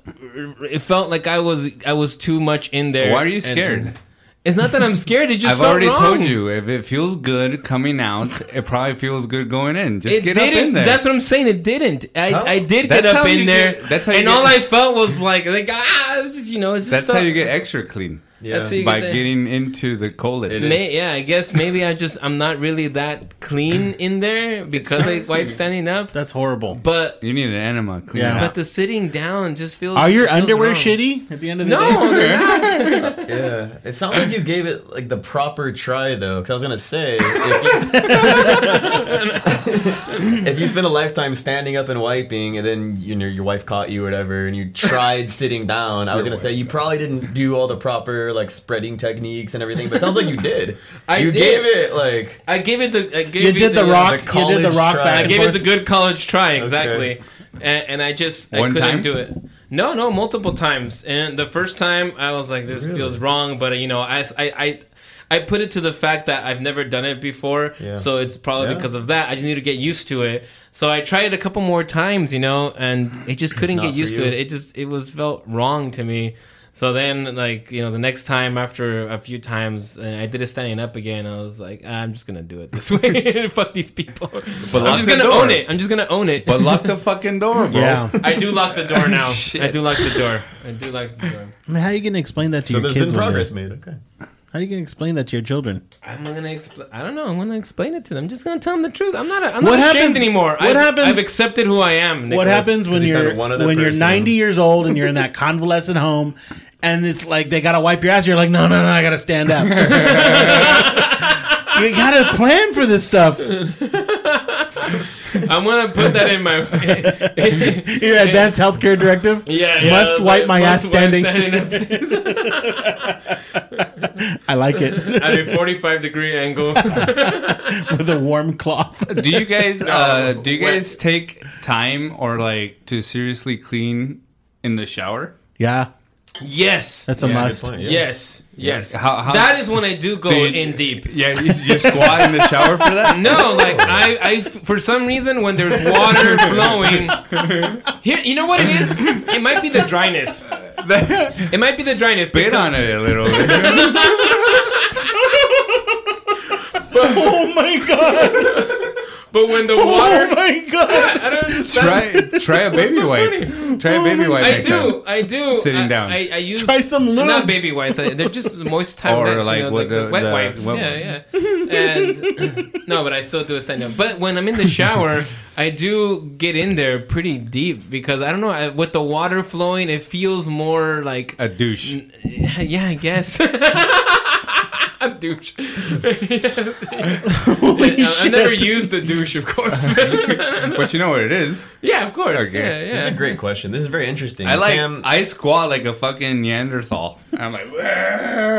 Speaker 3: it felt like I was I was too much in there.
Speaker 5: Why are you
Speaker 3: And-
Speaker 5: scared?
Speaker 3: it's not that I'm scared. It just
Speaker 5: I've
Speaker 3: felt
Speaker 5: already
Speaker 3: wrong.
Speaker 5: told you if it feels good coming out, it probably feels good going in. Just
Speaker 3: it
Speaker 5: get
Speaker 3: didn't.
Speaker 5: up in there.
Speaker 3: That's what I'm saying. It didn't. I,
Speaker 5: Huh?
Speaker 3: I did
Speaker 5: That's
Speaker 3: get
Speaker 5: how
Speaker 3: up
Speaker 5: you
Speaker 3: in there.
Speaker 5: get- that's how you
Speaker 3: and
Speaker 5: get-
Speaker 3: all I felt was like, like ah, you know. It just
Speaker 5: That's
Speaker 3: felt,
Speaker 5: how you get extra clean.
Speaker 3: Yeah. That's how you
Speaker 5: by
Speaker 3: get the-
Speaker 5: getting into the colon.
Speaker 3: May, yeah, I guess maybe I just I'm not really that clean
Speaker 5: Mm.
Speaker 3: in there because I
Speaker 5: sounds-
Speaker 3: wipe standing up.
Speaker 4: That's horrible.
Speaker 3: But
Speaker 5: you need an enema clean.
Speaker 4: Yeah.
Speaker 5: it
Speaker 3: But
Speaker 5: out.
Speaker 3: the sitting down just feels.
Speaker 4: Are your
Speaker 3: feels
Speaker 4: underwear
Speaker 3: wrong.
Speaker 4: shitty at the end of the
Speaker 3: No,
Speaker 4: day?
Speaker 3: they're not.
Speaker 6: Yeah, it sounds like you gave it like the proper try though, because I was gonna say if you, if you spend a lifetime standing up and wiping, and then you know your wife caught you or whatever, and you tried sitting down, I was
Speaker 5: Your
Speaker 6: gonna say you probably didn't do all the proper like spreading techniques and everything, but it sounds like you did.
Speaker 3: I
Speaker 6: you
Speaker 3: did.
Speaker 6: gave it like
Speaker 3: I gave it uh, the. I gave
Speaker 4: You
Speaker 3: it
Speaker 4: did the rock- you did the
Speaker 6: college
Speaker 4: rock
Speaker 6: try.
Speaker 4: back
Speaker 3: I
Speaker 4: and
Speaker 3: gave it
Speaker 4: forth.
Speaker 3: the good college try exactly, and, and I just I
Speaker 5: One
Speaker 3: couldn't
Speaker 5: time?
Speaker 3: do it. No, no, multiple times. And the first time I was like, this feels wrong, but you know, I I. I I put it to the fact that I've never done it before,
Speaker 6: Yeah.
Speaker 3: so it's probably
Speaker 6: Yeah.
Speaker 3: because of that. I just need to get used to it. So I tried it a couple more times, you know, and it just couldn't
Speaker 6: not
Speaker 3: get
Speaker 6: for
Speaker 3: used to
Speaker 6: you.
Speaker 3: it. It just it was felt wrong to me. So then, like you know, the next time after a few times, and I did it standing up again. I was like, "Ah, I'm just gonna do it this way. Fuck these people.
Speaker 5: lock
Speaker 3: I'm just
Speaker 5: the
Speaker 3: gonna
Speaker 5: door.
Speaker 3: own it. I'm just gonna own it.
Speaker 5: But lock the fucking door, bro.
Speaker 4: Yeah.
Speaker 3: I do lock the door now.
Speaker 5: Shit.
Speaker 3: I do lock the door. I do lock the door.
Speaker 4: I mean, how are you gonna explain that to
Speaker 6: so there's
Speaker 4: your kids?
Speaker 6: been
Speaker 4: one day?
Speaker 6: progress made. Okay.
Speaker 4: How are you gonna explain that to your children?
Speaker 3: I'm gonna explain. I don't know. I'm gonna explain it to them. I'm just gonna tell them the truth. I'm not. A, I'm
Speaker 4: What
Speaker 3: not ashamed
Speaker 4: happens-
Speaker 3: anymore.
Speaker 4: what
Speaker 3: I've,
Speaker 4: happens-
Speaker 3: I've accepted who I am.
Speaker 4: what
Speaker 3: Nicholas.
Speaker 4: happens when
Speaker 6: he
Speaker 4: you're
Speaker 6: found one other
Speaker 4: when you're
Speaker 6: person.
Speaker 4: 90 years old and you're in that convalescent home and it's like they gotta wipe your ass you're like no no no i gotta stand up you gotta plan for this stuff
Speaker 3: I'm gonna put that in my.
Speaker 4: your advanced healthcare directive
Speaker 3: Yeah, yeah,
Speaker 4: must
Speaker 3: that's
Speaker 4: wipe
Speaker 3: it.
Speaker 4: my
Speaker 3: Must
Speaker 4: ass
Speaker 3: wipe
Speaker 4: standing
Speaker 3: standing up.
Speaker 4: i like it
Speaker 3: at a 45 degree angle.
Speaker 4: with a warm cloth
Speaker 5: do you guys uh, do you
Speaker 3: wait.
Speaker 5: guys take time or like to seriously clean in the shower?
Speaker 4: yeah
Speaker 3: Yes,
Speaker 4: That's a Yeah, good must. point, yeah.
Speaker 3: Yes, yes.
Speaker 4: Yeah. How- how-
Speaker 3: that is when I do go
Speaker 4: Do you-
Speaker 3: in deep.
Speaker 5: Yeah, you, you squat in the shower for that?
Speaker 3: No, like I, I, for some reason, when there's water flowing, here, you know what it is? It might be the dryness. It might be the dryness.
Speaker 5: Spit
Speaker 3: because-
Speaker 5: on it a little bit.
Speaker 4: oh my god!
Speaker 3: But when the water,
Speaker 4: Oh my god!
Speaker 3: I don't
Speaker 5: try try a baby wipe. Try a baby wipe.
Speaker 3: I
Speaker 5: next time.
Speaker 3: do, I do.
Speaker 5: Sitting
Speaker 3: I-
Speaker 5: down.
Speaker 3: I, I use
Speaker 4: Try some lube.
Speaker 3: not baby wipes. I, they're just moist time
Speaker 5: Or
Speaker 3: wipes, you
Speaker 5: like
Speaker 3: know,
Speaker 5: what
Speaker 3: the
Speaker 5: the-
Speaker 3: wet
Speaker 5: the
Speaker 3: wipes.
Speaker 5: wet
Speaker 3: yeah, yeah. And no, but I still do a stand up. But when I'm in the shower, I do get in there pretty deep because I don't know I, with the water flowing, it feels more like
Speaker 5: A douche.
Speaker 3: yeah, I guess. douche. I, I never used the douche, of course.
Speaker 5: But you know what it is.
Speaker 3: yeah, of course.
Speaker 5: Okay.
Speaker 3: Yeah,
Speaker 6: This
Speaker 3: yeah.
Speaker 6: is a great question. This is very interesting.
Speaker 5: I like
Speaker 6: Sam,
Speaker 5: I squat like a fucking Neanderthal. I'm like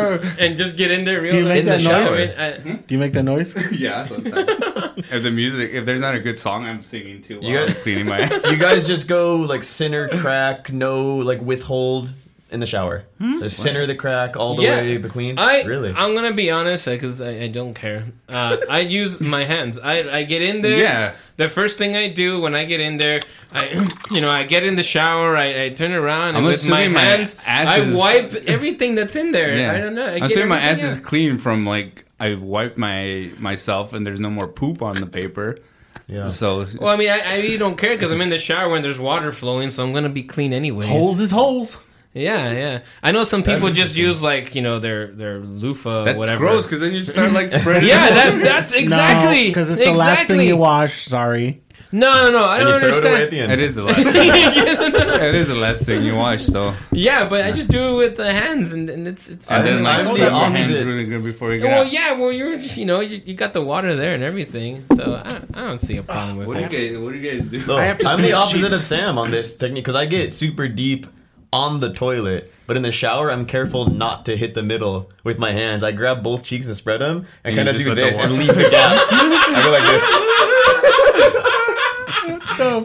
Speaker 3: and just get in there real
Speaker 4: Do you make
Speaker 6: In the
Speaker 4: that noise?
Speaker 6: shower.
Speaker 5: Hmm?
Speaker 4: Do you make that noise?
Speaker 5: Yeah, sometimes. if the music if there's not a good song I'm singing too while
Speaker 6: You guys-
Speaker 5: I'm cleaning my ass.
Speaker 6: you guys just go like center crack, no like withhold in the shower.
Speaker 4: Hmm?
Speaker 6: The center the crack all the way the clean.
Speaker 3: I
Speaker 6: really.
Speaker 3: I'm gonna be honest because I, I don't care. Uh, I use my hands. I I get in there.
Speaker 5: Yeah.
Speaker 3: The first thing I do when I get in there, I you know I get in the shower. I, I turn around and
Speaker 5: I'm
Speaker 3: with my
Speaker 5: assuming my
Speaker 3: hands
Speaker 5: ass
Speaker 3: I
Speaker 5: is-
Speaker 3: wipe everything that's in there.
Speaker 5: Yeah.
Speaker 3: I don't know. I
Speaker 5: I'm
Speaker 3: get
Speaker 5: saying my ass
Speaker 3: everything
Speaker 5: is
Speaker 3: out.
Speaker 5: clean from like I've wiped my myself and there's no more poop on the paper.
Speaker 6: Yeah.
Speaker 5: So
Speaker 3: Well, I mean, I, I really don't care because I'm in the shower and there's water flowing, so I'm gonna be clean anyways.
Speaker 4: Holes is holes.
Speaker 3: Yeah, yeah. I know some people just use like you know their their loofah,
Speaker 5: that's
Speaker 3: whatever.
Speaker 5: gross because then you start like spreading.
Speaker 3: yeah, that, that's exactly
Speaker 4: Because it's the
Speaker 3: exactly.
Speaker 4: last thing you wash. Sorry.
Speaker 3: No, no, no. I
Speaker 6: and
Speaker 3: don't
Speaker 6: you throw it away at
Speaker 3: understand.
Speaker 6: the end.
Speaker 5: It is the last. it is the last thing you watch, though.
Speaker 3: Yeah, but I just do it with the hands, and, and it's it's fine.
Speaker 5: And then like
Speaker 6: I'm the
Speaker 5: step your hands
Speaker 6: opposite.
Speaker 5: really good before you get
Speaker 3: well,
Speaker 5: out.
Speaker 3: yeah, well, you're you know you, you got the water there and everything, so I, I don't see a problem with
Speaker 5: What
Speaker 3: it.
Speaker 5: do you guys? What do you guys do?
Speaker 6: No, I'm
Speaker 4: switch
Speaker 6: the opposite
Speaker 4: sheets.
Speaker 6: of Sam on this technique because I get super deep on the toilet, but in the shower I'm careful not to hit the middle with my hands. I grab both cheeks and spread them, and
Speaker 5: you
Speaker 6: kind of
Speaker 5: just
Speaker 6: do
Speaker 5: let the
Speaker 6: this
Speaker 5: water-
Speaker 6: and leave the gap. I go like this.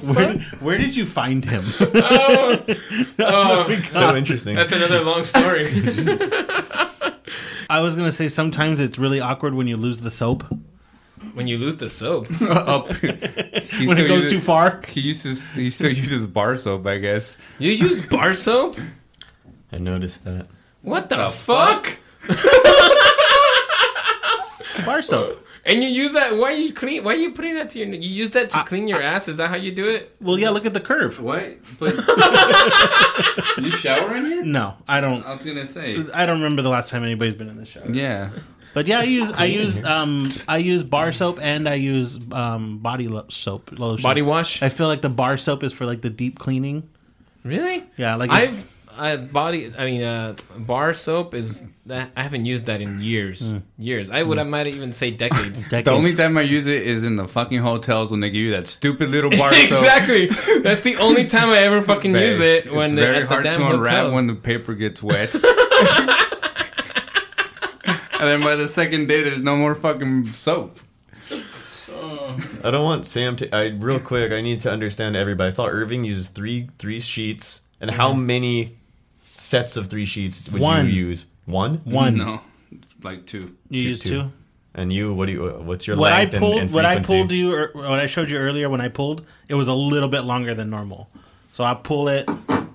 Speaker 4: Where, where did you find him? Oh
Speaker 6: So interesting.
Speaker 3: That's another long story.
Speaker 4: I was gonna say sometimes it's really awkward when you lose the soap
Speaker 3: when you lose the soap,
Speaker 5: up. He
Speaker 4: when it
Speaker 5: still
Speaker 4: goes
Speaker 5: uses-
Speaker 4: too far.
Speaker 5: He uses. He still uses bar soap, I guess.
Speaker 3: you use bar soap.
Speaker 6: I noticed that.
Speaker 3: What the, fuck?
Speaker 4: Bar soap.
Speaker 3: And you use that? Why are you clean? Why are you putting that to your? You use that to clean your ass? Is that how you do it?
Speaker 4: Well, yeah. Look at the curve.
Speaker 5: What? But you shower in here?
Speaker 4: No, I don't.
Speaker 5: I was gonna say.
Speaker 4: I don't remember the last time anybody's been in the shower.
Speaker 5: Yeah.
Speaker 4: But yeah, I use I use um I use bar soap and I use um body lo- soap lotion.
Speaker 3: Body wash?
Speaker 4: I feel like the bar soap is for like the deep cleaning.
Speaker 3: Really?
Speaker 4: Yeah, like
Speaker 3: I've I body. I mean, uh, bar soap is. I haven't used that in
Speaker 4: Hmm.
Speaker 3: years. Years. I would. I might even say decades.
Speaker 4: decades.
Speaker 5: The only time I use it is in the fucking hotels when they give you that stupid little bar soap.
Speaker 3: exactly. That's the only time I ever fucking
Speaker 5: Babe,
Speaker 3: use it when
Speaker 5: it's
Speaker 3: they,
Speaker 5: very
Speaker 3: at
Speaker 5: hard
Speaker 3: the damn
Speaker 5: to unwrap
Speaker 3: hotels.
Speaker 5: when the paper gets wet. and then by the second day, there's no more fucking soap.
Speaker 6: I don't want Sam to. I real quick. I need to understand everybody. I saw Irving uses three three sheets, and how many sets of three sheets would
Speaker 4: Mm-hmm. One.
Speaker 6: you use? One.
Speaker 4: one
Speaker 5: No, like two.
Speaker 4: you use two.
Speaker 6: And you, what do you? What's your
Speaker 4: What I
Speaker 6: length and-
Speaker 4: pulled
Speaker 6: and
Speaker 4: what I
Speaker 6: frequency?
Speaker 4: pulled you or what I showed you earlier when I pulled it was a little bit longer than normal. So I pull it.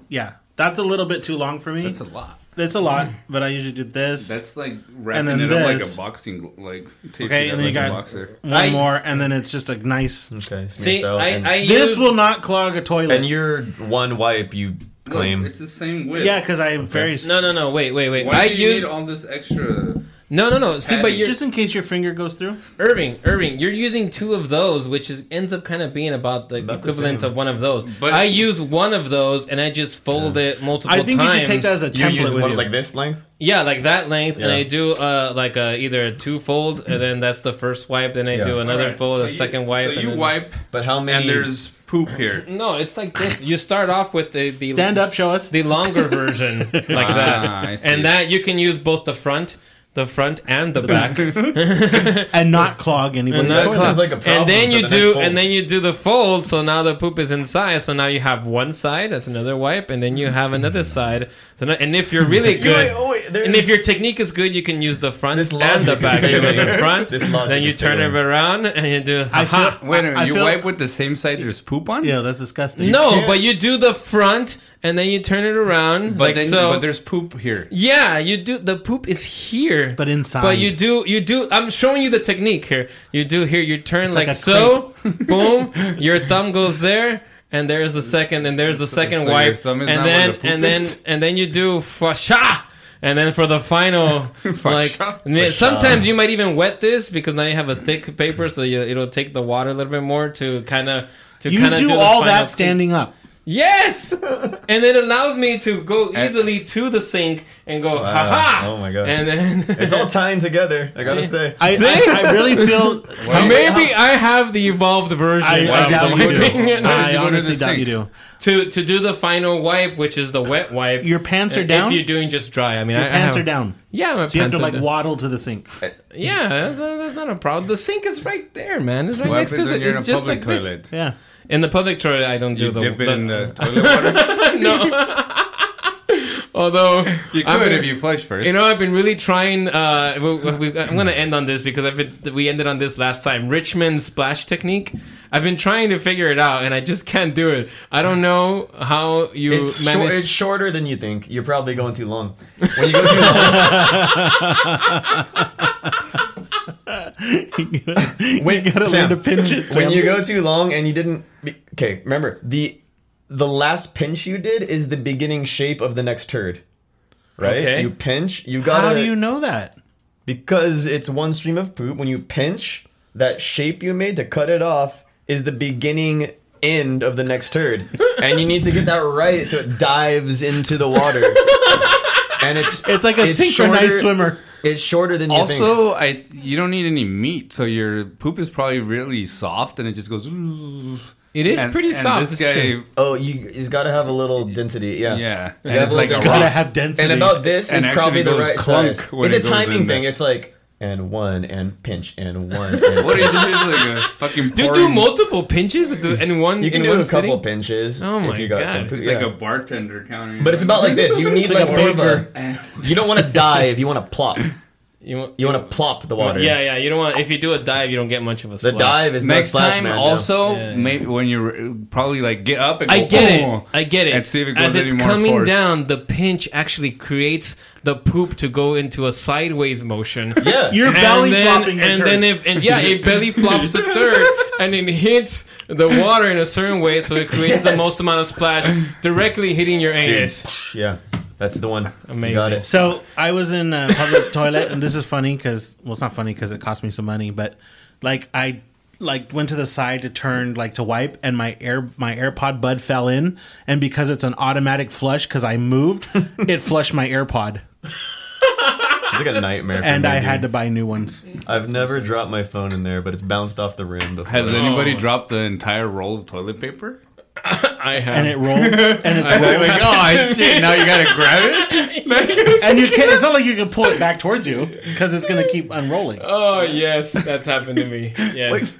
Speaker 4: Yeah, that's a little bit too long for me.
Speaker 5: That's a lot.
Speaker 4: That's a lot, but I usually do this.
Speaker 5: That's like wrapping
Speaker 4: then
Speaker 5: it up like
Speaker 4: this.
Speaker 5: a boxing, glo- like taping
Speaker 4: okay,
Speaker 5: it
Speaker 4: and then you
Speaker 5: like a
Speaker 4: got
Speaker 5: boxer.
Speaker 4: one
Speaker 3: I-
Speaker 4: more, and then it's just a nice.
Speaker 6: Okay. smear
Speaker 3: See,
Speaker 6: style,
Speaker 3: I,
Speaker 6: and,
Speaker 3: I
Speaker 4: This
Speaker 3: use-
Speaker 4: will not clog a toilet.
Speaker 6: and your one wipe you claim.
Speaker 5: Look, it's the same width.
Speaker 4: yeah, because I very
Speaker 3: No, no, no. Wait, wait, wait.
Speaker 5: Why
Speaker 3: I
Speaker 5: do you
Speaker 3: use
Speaker 5: need all this extra?
Speaker 3: no, no, no. See, but
Speaker 5: padding?
Speaker 3: you're
Speaker 4: just in case your finger goes through.
Speaker 3: Irving, Irving. You're using two of those, which is ends up kind of being about the
Speaker 6: About the
Speaker 3: equivalent
Speaker 6: same.
Speaker 3: of one of those. But
Speaker 5: But-
Speaker 3: I use one of those and I just fold it multiple times.
Speaker 4: I think you should take that as a
Speaker 6: you
Speaker 4: template.
Speaker 6: use
Speaker 4: with
Speaker 6: one
Speaker 4: you.
Speaker 6: like this length.
Speaker 3: Yeah, like that length, and
Speaker 6: Yeah.
Speaker 3: I do uh, like uh either a two fold, and then that's the first wipe. Then I
Speaker 6: Yeah.
Speaker 3: do another
Speaker 5: Alright,
Speaker 3: fold,
Speaker 5: so
Speaker 3: a
Speaker 5: you-
Speaker 3: second wipe.
Speaker 5: So
Speaker 3: and
Speaker 5: you
Speaker 3: then-
Speaker 5: wipe,
Speaker 6: But how many?
Speaker 5: and there's poop here.
Speaker 3: No, it's like this. You start off with the, the
Speaker 4: Stand up, show us.
Speaker 3: the longer version like
Speaker 5: Ah, I
Speaker 3: that,
Speaker 5: see.
Speaker 3: and that you can use both the front the front and the back.
Speaker 4: and not clog anybody's
Speaker 3: And, that's-
Speaker 4: toilet.
Speaker 3: and then you do, and then you do the fold. So now the poop is inside. So now you have one side. That's another wipe, and then you have another side. So now, and if you're really
Speaker 6: You- wait,
Speaker 3: good,
Speaker 6: oh, wait, there
Speaker 3: and
Speaker 6: is-
Speaker 3: if your technique is good, you can use the front and
Speaker 6: logic
Speaker 3: the
Speaker 6: is
Speaker 3: back. You do the
Speaker 6: failing.
Speaker 3: front,
Speaker 6: This logic
Speaker 3: then you
Speaker 6: is
Speaker 3: turn it
Speaker 6: failing.
Speaker 3: around, and you do. Aha.
Speaker 5: Wait a minute,
Speaker 3: I
Speaker 5: you
Speaker 3: feel-
Speaker 5: wipe with the same side there's poop on?
Speaker 4: Yeah, that's disgusting.
Speaker 3: no, but you do the front, and then you turn it around.
Speaker 5: But
Speaker 3: like
Speaker 5: then,
Speaker 3: so,
Speaker 5: but there's poop here.
Speaker 3: Yeah, you do. The poop is here,
Speaker 4: But inside.
Speaker 3: But you do, you do. I'm showing you the technique here. You do here. You turn
Speaker 4: It's
Speaker 3: like,
Speaker 4: like a
Speaker 3: so. boom. Your thumb goes there, and there's the second, and there's the second
Speaker 5: so your
Speaker 3: wipe,
Speaker 5: thumb is
Speaker 3: and
Speaker 5: not where
Speaker 3: then
Speaker 5: the poop
Speaker 3: and then
Speaker 5: is?
Speaker 3: and then you do fasha. And then for the final, like and then sometimes you might even wet this because now you have a thick paper, so you, it'll take the water a little bit more to kind of to
Speaker 4: You
Speaker 3: kind of
Speaker 4: do all that standing up.
Speaker 3: Yes, and it allows me to go easily to the sink and go, ha ha.
Speaker 6: Oh my god.
Speaker 3: And then
Speaker 6: it's all tying together, I gotta say.
Speaker 4: I,
Speaker 3: See?
Speaker 4: I, I really feel.
Speaker 3: maybe I have the evolved version.
Speaker 4: I, I
Speaker 3: of
Speaker 4: doubt
Speaker 3: the
Speaker 4: you
Speaker 3: wiping.
Speaker 4: do. I
Speaker 5: you go to
Speaker 4: honestly
Speaker 5: the
Speaker 4: doubt
Speaker 5: sink?
Speaker 4: you do.
Speaker 3: to to do the final wipe, which is the wet wipe.
Speaker 4: Your pants are down?
Speaker 3: If you're doing just dry, I mean, I,
Speaker 4: Your
Speaker 3: I
Speaker 4: pants
Speaker 3: have-
Speaker 4: are down.
Speaker 3: Yeah, my
Speaker 4: So you have
Speaker 3: pants
Speaker 4: to
Speaker 3: are
Speaker 4: like
Speaker 3: down.
Speaker 4: waddle to the sink.
Speaker 3: Yeah, that's, that's not a problem. The sink is right there, man. It's right
Speaker 5: What
Speaker 3: next to
Speaker 5: happens when
Speaker 3: the.
Speaker 5: you're
Speaker 3: It's
Speaker 5: in a
Speaker 3: just like
Speaker 5: public
Speaker 3: this.
Speaker 5: toilet?
Speaker 4: Yeah.
Speaker 3: In the public toilet, I don't
Speaker 5: You
Speaker 3: do the.
Speaker 5: dip it
Speaker 3: the-
Speaker 5: in the toilet water?
Speaker 3: although
Speaker 5: You
Speaker 3: I'm
Speaker 5: could
Speaker 3: gonna-
Speaker 5: if you flush first.
Speaker 3: You know, I've been really trying. Uh, we, we, we- I'm going to end on this because I've been, we ended on this last time. Richmond splash technique. I've been trying to figure it out, and I just can't do it. I don't know how you
Speaker 6: It's, shor-
Speaker 3: manage.
Speaker 6: it's shorter than you think. You're probably going too long. When you go too long,
Speaker 4: Wait, you gotta
Speaker 6: Sam,
Speaker 4: learn to pinch it.
Speaker 6: when
Speaker 4: Sam.
Speaker 6: you go too long and you didn't. Be- okay, remember the the last pinch you did is the beginning shape of the next turd. Right?
Speaker 3: Okay.
Speaker 6: You pinch. You
Speaker 4: how
Speaker 6: gotta.
Speaker 4: do you know that?
Speaker 6: Because it's one stream of poop. When you pinch, that shape you made to cut it off is the beginning end of the next turd, and you need to get that right so it dives into the water. And it's
Speaker 4: It's like a synchronized
Speaker 6: shorter-
Speaker 4: swimmer.
Speaker 6: It's shorter than you think.
Speaker 5: Also, I you don't need any meat, so your poop is probably really soft, and it just goes.
Speaker 3: It is
Speaker 5: And-
Speaker 3: pretty
Speaker 5: and
Speaker 3: soft.
Speaker 5: This
Speaker 3: this is
Speaker 5: guy,
Speaker 3: true.
Speaker 6: Oh, you he's got to have a little density. Yeah.
Speaker 5: yeah,
Speaker 6: You
Speaker 5: and
Speaker 6: have
Speaker 5: it's
Speaker 6: a
Speaker 5: like
Speaker 6: little
Speaker 5: a
Speaker 4: You gotta
Speaker 5: rock.
Speaker 4: have density.
Speaker 6: And about this
Speaker 5: And
Speaker 6: is probably
Speaker 5: actually
Speaker 6: the
Speaker 5: goes
Speaker 6: right
Speaker 5: clunk
Speaker 6: size.
Speaker 5: when
Speaker 6: It's a
Speaker 5: it goes in
Speaker 6: timing thing.
Speaker 5: there.
Speaker 6: It's like and one and pinch and one. And
Speaker 5: What are you doing? Like a fucking
Speaker 3: You do
Speaker 5: pouring-
Speaker 3: multiple pinches at the- in one.
Speaker 6: You can
Speaker 3: in
Speaker 6: do
Speaker 3: one
Speaker 6: a couple
Speaker 3: sitting?
Speaker 6: pinches.
Speaker 3: Oh my
Speaker 6: if you got
Speaker 3: God.
Speaker 6: Some poop.
Speaker 5: It's
Speaker 6: yeah.
Speaker 5: like a bartender counting.
Speaker 6: But it's about like this. You need
Speaker 4: like
Speaker 6: like,
Speaker 4: a
Speaker 6: more of
Speaker 4: paper.
Speaker 6: a. You don't want to dive. You want to plop.
Speaker 3: You want,
Speaker 6: You want to plop the water.
Speaker 3: yeah, yeah. You don't want. If you do a dive, you don't get much of a
Speaker 6: The
Speaker 3: splash.
Speaker 6: dive is
Speaker 5: Next
Speaker 6: not slash
Speaker 5: time,
Speaker 6: man, though.
Speaker 5: also
Speaker 3: Yeah, yeah.
Speaker 5: maybe when you're uh, probably like get up and go,
Speaker 3: I get
Speaker 5: "Oh,"
Speaker 3: it. I get it.
Speaker 5: and see if it goes
Speaker 3: As it's
Speaker 5: any more
Speaker 3: coming
Speaker 5: force.
Speaker 3: down, the pinch actually creates the poop to go into a sideways motion.
Speaker 6: Yeah.
Speaker 4: You're belly flopping the
Speaker 3: and
Speaker 4: turds.
Speaker 3: then it, and yeah, it belly flops the turd, and it hits the water in a certain way, so it creates the
Speaker 6: Yes.
Speaker 3: most amount of splash directly hitting your anus.
Speaker 6: yeah. That's the one.
Speaker 3: Amazing.
Speaker 6: Got it.
Speaker 4: So I was in a public toilet, and this is funny because well, it's not funny because it cost me some money, but like I like went to the side to turn like to wipe, and my air my AirPod bud fell in, and because it's an automatic flush because I moved, it flushed my AirPod,
Speaker 6: It's like a nightmare. For
Speaker 4: and
Speaker 6: me,
Speaker 4: I
Speaker 6: dude.
Speaker 4: had to buy new ones.
Speaker 6: I've never dropped my phone in there, but it's bounced off the rim before.
Speaker 5: Has anybody dropped the entire roll of toilet paper?
Speaker 3: I
Speaker 4: And
Speaker 3: have.
Speaker 4: it rolled, and it's
Speaker 5: Like,
Speaker 4: rolled,
Speaker 5: oh shit! Now you gotta grab it.
Speaker 4: and you can It's not like you can pull it back towards you because it's gonna keep unrolling.
Speaker 3: oh yes, that's happened to me. Yes.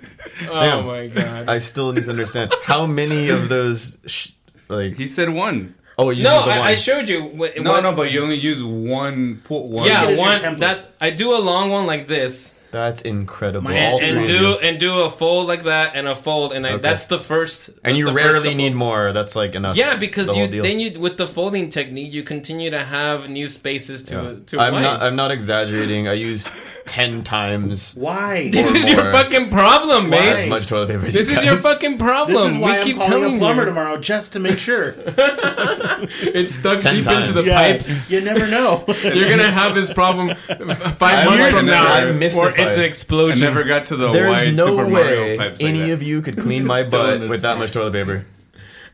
Speaker 3: oh
Speaker 6: Sam.
Speaker 3: my god.
Speaker 6: I still need to understand how many of those. Sh- like
Speaker 5: He said one.
Speaker 6: oh, you
Speaker 3: no,
Speaker 6: used the
Speaker 3: I,
Speaker 6: one.
Speaker 3: I showed you. wh-
Speaker 5: No,
Speaker 3: what-
Speaker 5: no, but you only use one. pu-
Speaker 6: Oh,
Speaker 5: one
Speaker 3: Yeah,
Speaker 4: Look at your
Speaker 3: one
Speaker 4: template.
Speaker 3: that I do a long one like this,
Speaker 6: That's incredible. All
Speaker 3: and, and
Speaker 6: three of
Speaker 3: do
Speaker 6: you.
Speaker 3: and do a fold like that, and a fold, and I, that's the first.
Speaker 6: and
Speaker 3: that's
Speaker 6: you
Speaker 3: the first
Speaker 6: rarely
Speaker 3: couple.
Speaker 6: need more. That's like enough.
Speaker 3: Yeah, because
Speaker 6: the whole
Speaker 3: you
Speaker 6: deal.
Speaker 3: then you with the folding technique, you continue to have new spaces to to.
Speaker 6: I'm
Speaker 3: wipe.
Speaker 6: not. I'm not exaggerating. I use ten times
Speaker 4: Why?
Speaker 3: this
Speaker 6: or
Speaker 3: is your
Speaker 6: more.
Speaker 3: fucking problem, mate.
Speaker 6: as much toilet paper. As
Speaker 3: This
Speaker 6: you
Speaker 3: is
Speaker 6: guys.
Speaker 3: your fucking
Speaker 4: This
Speaker 3: problem.
Speaker 4: is why
Speaker 3: we
Speaker 4: I'm
Speaker 3: keep
Speaker 4: calling a
Speaker 3: telling
Speaker 4: plumber
Speaker 3: you
Speaker 4: tomorrow just to make sure.
Speaker 3: it's stuck
Speaker 6: Ten
Speaker 3: deep
Speaker 6: times.
Speaker 3: into the
Speaker 6: Yeah.
Speaker 3: pipes.
Speaker 4: You never know.
Speaker 3: You're gonna have this problem five months
Speaker 6: I'm
Speaker 3: from now,
Speaker 6: never- I'm
Speaker 3: or it's an
Speaker 6: mystified.
Speaker 5: I
Speaker 3: explosion.
Speaker 5: never got to the
Speaker 6: There's
Speaker 5: wide
Speaker 6: no
Speaker 5: Super
Speaker 6: way
Speaker 5: Mario pipes like
Speaker 6: any
Speaker 5: that.
Speaker 6: of you could clean my butt with that much toilet paper.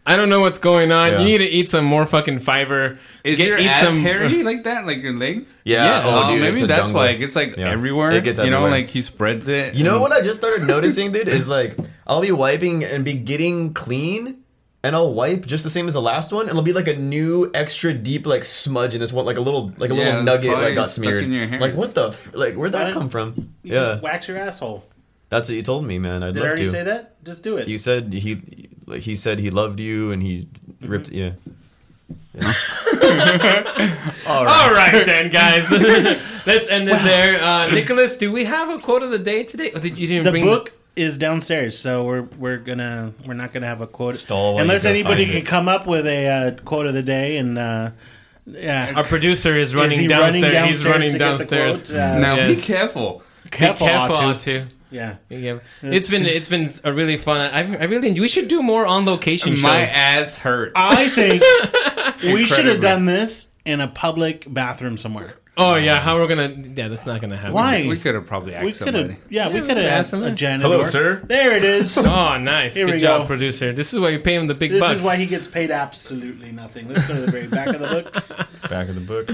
Speaker 3: I don't know what's going on.
Speaker 6: Yeah.
Speaker 3: You need to eat some more fucking fiber.
Speaker 5: Is
Speaker 3: Get-
Speaker 5: your
Speaker 3: eat
Speaker 5: ass
Speaker 3: some
Speaker 5: hairy like that? Like your legs?
Speaker 6: Yeah, oh, dude,
Speaker 5: maybe
Speaker 6: it's a
Speaker 5: that's
Speaker 6: jungle.
Speaker 5: why it gets like
Speaker 6: Yeah.
Speaker 5: everywhere.
Speaker 6: It gets
Speaker 5: you know,
Speaker 6: everywhere.
Speaker 5: like he spreads it.
Speaker 6: You know
Speaker 5: and-
Speaker 6: what I just started noticing, dude, is like I'll be wiping and be getting clean, and I'll wipe just the same as the last one, and it'll be like a new extra deep like smudge in this one, like a little like a
Speaker 5: Yeah,
Speaker 6: little
Speaker 5: it's
Speaker 6: nugget
Speaker 5: probably
Speaker 6: that got
Speaker 5: stuck
Speaker 6: smeared.
Speaker 5: in your hair.
Speaker 6: Like what the f- like where'd
Speaker 4: Why
Speaker 6: that
Speaker 4: don't
Speaker 6: come from? Yeah,
Speaker 4: You just wax your asshole.
Speaker 6: that's what you told me, man. I'd
Speaker 4: Did I
Speaker 6: love
Speaker 4: already
Speaker 6: to.
Speaker 4: say that? Just do it.
Speaker 6: You said he like he said he loved you, and he
Speaker 4: Mm-hmm.
Speaker 6: ripped yeah.
Speaker 3: All right. then, guys. Let's end it there. Uh, Nicholas, do we have a quote of the day today? Or did you didn't
Speaker 4: the
Speaker 3: bring
Speaker 4: book is downstairs, so we're we're gonna we're not gonna have a quote
Speaker 6: Stall while you
Speaker 4: unless
Speaker 6: go
Speaker 4: anybody
Speaker 6: find
Speaker 4: can
Speaker 6: it.
Speaker 4: come up with a uh, quote of the day. And uh, yeah,
Speaker 3: Our producer is running,
Speaker 4: he
Speaker 3: downstairs.
Speaker 4: running
Speaker 3: He's running
Speaker 4: downstairs to get the
Speaker 3: downstairs.
Speaker 4: quote? Uh,
Speaker 5: Now be
Speaker 3: Yes.
Speaker 5: careful.
Speaker 4: careful,
Speaker 3: Be careful,
Speaker 4: Otto.
Speaker 3: Atu.
Speaker 4: Yeah,
Speaker 3: Yeah. It's been it's been a really fun. I, I really we should do more on location
Speaker 5: My
Speaker 3: shows.
Speaker 5: ass hurts.
Speaker 4: I think we should have
Speaker 5: Incredibly.
Speaker 4: done this in a public bathroom somewhere.
Speaker 3: oh yeah, how we're gonna? Yeah, that's not gonna happen.
Speaker 4: Why?
Speaker 5: we could have probably asked
Speaker 4: We could have.
Speaker 5: somebody.
Speaker 4: Yeah, we
Speaker 3: Yeah,
Speaker 4: could have
Speaker 3: ask
Speaker 4: asked a
Speaker 3: somebody.
Speaker 4: janitor.
Speaker 6: Hello, sir.
Speaker 4: There it is.
Speaker 3: Oh, nice.
Speaker 4: Here
Speaker 3: Good
Speaker 4: we
Speaker 3: job,
Speaker 4: go.
Speaker 3: producer. This is why you pay him the big
Speaker 4: This
Speaker 3: bucks.
Speaker 4: is why he gets paid absolutely nothing. Let's go to the very back of the book.
Speaker 6: Back of the book.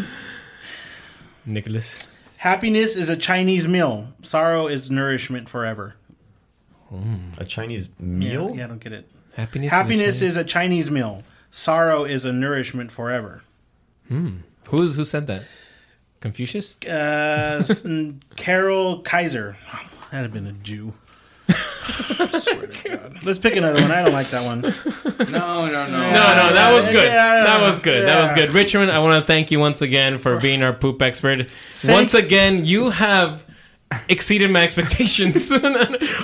Speaker 3: Nicholas.
Speaker 4: Happiness is a Chinese meal. Sorrow is nourishment forever.
Speaker 6: A Chinese
Speaker 4: Yeah,
Speaker 6: meal?
Speaker 4: yeah, I don't get it.
Speaker 3: Happiness.
Speaker 4: Happiness
Speaker 3: is,
Speaker 4: is a Chinese meal. Sorrow is a nourishment forever.
Speaker 3: who's who said that? Confucius.
Speaker 4: Uh, s- n- Carol Kaiser. Oh, that'd have been a Jew. I swear to God. Let's pick another one. I don't like that one.
Speaker 5: No, no, no.
Speaker 3: No, no, that was good.
Speaker 4: Yeah.
Speaker 3: That was good. That was
Speaker 4: Yeah.
Speaker 3: good. Richmond, I want to thank you once again for being our poop expert. Once again, you have exceeded my expectations.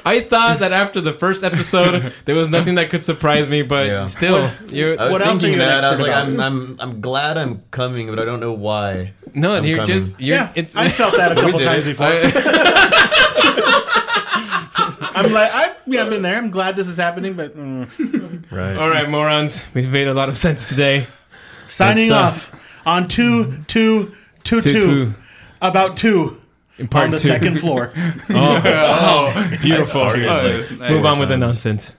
Speaker 3: I thought that after the first episode, there was nothing that could surprise me, but
Speaker 6: Yeah.
Speaker 3: still, you're
Speaker 6: I was
Speaker 4: What else are
Speaker 6: thinking
Speaker 4: you an
Speaker 6: that. I was
Speaker 4: expert
Speaker 6: like,
Speaker 4: about?
Speaker 6: I'm, I'm, I'm glad I'm coming, but I don't know why.
Speaker 3: no,
Speaker 6: I'm
Speaker 3: you're
Speaker 6: coming.
Speaker 3: just you're.
Speaker 4: yeah,
Speaker 3: it's
Speaker 4: I felt that a couple
Speaker 6: did
Speaker 4: times
Speaker 6: it.
Speaker 4: before. I'm like, I've, yeah, I've been there. I'm glad this is happening, but mm.
Speaker 6: Right.
Speaker 3: all right, morons. We've made a lot of sense today.
Speaker 4: signing
Speaker 3: It's, uh,
Speaker 4: off on two, two, two, two,
Speaker 3: Two, two.
Speaker 4: about two
Speaker 3: In part
Speaker 4: on the
Speaker 3: two.
Speaker 4: second floor.
Speaker 3: Oh, oh, beautiful.
Speaker 6: I farted.
Speaker 3: All right,
Speaker 5: Seriously.
Speaker 3: Move on with the nonsense.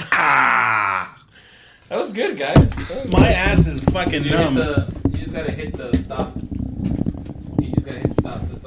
Speaker 4: Ah!
Speaker 3: That was good, guys.
Speaker 4: My ass is fucking numb.
Speaker 3: you just gotta hit the stop. You just gotta hit stop. That's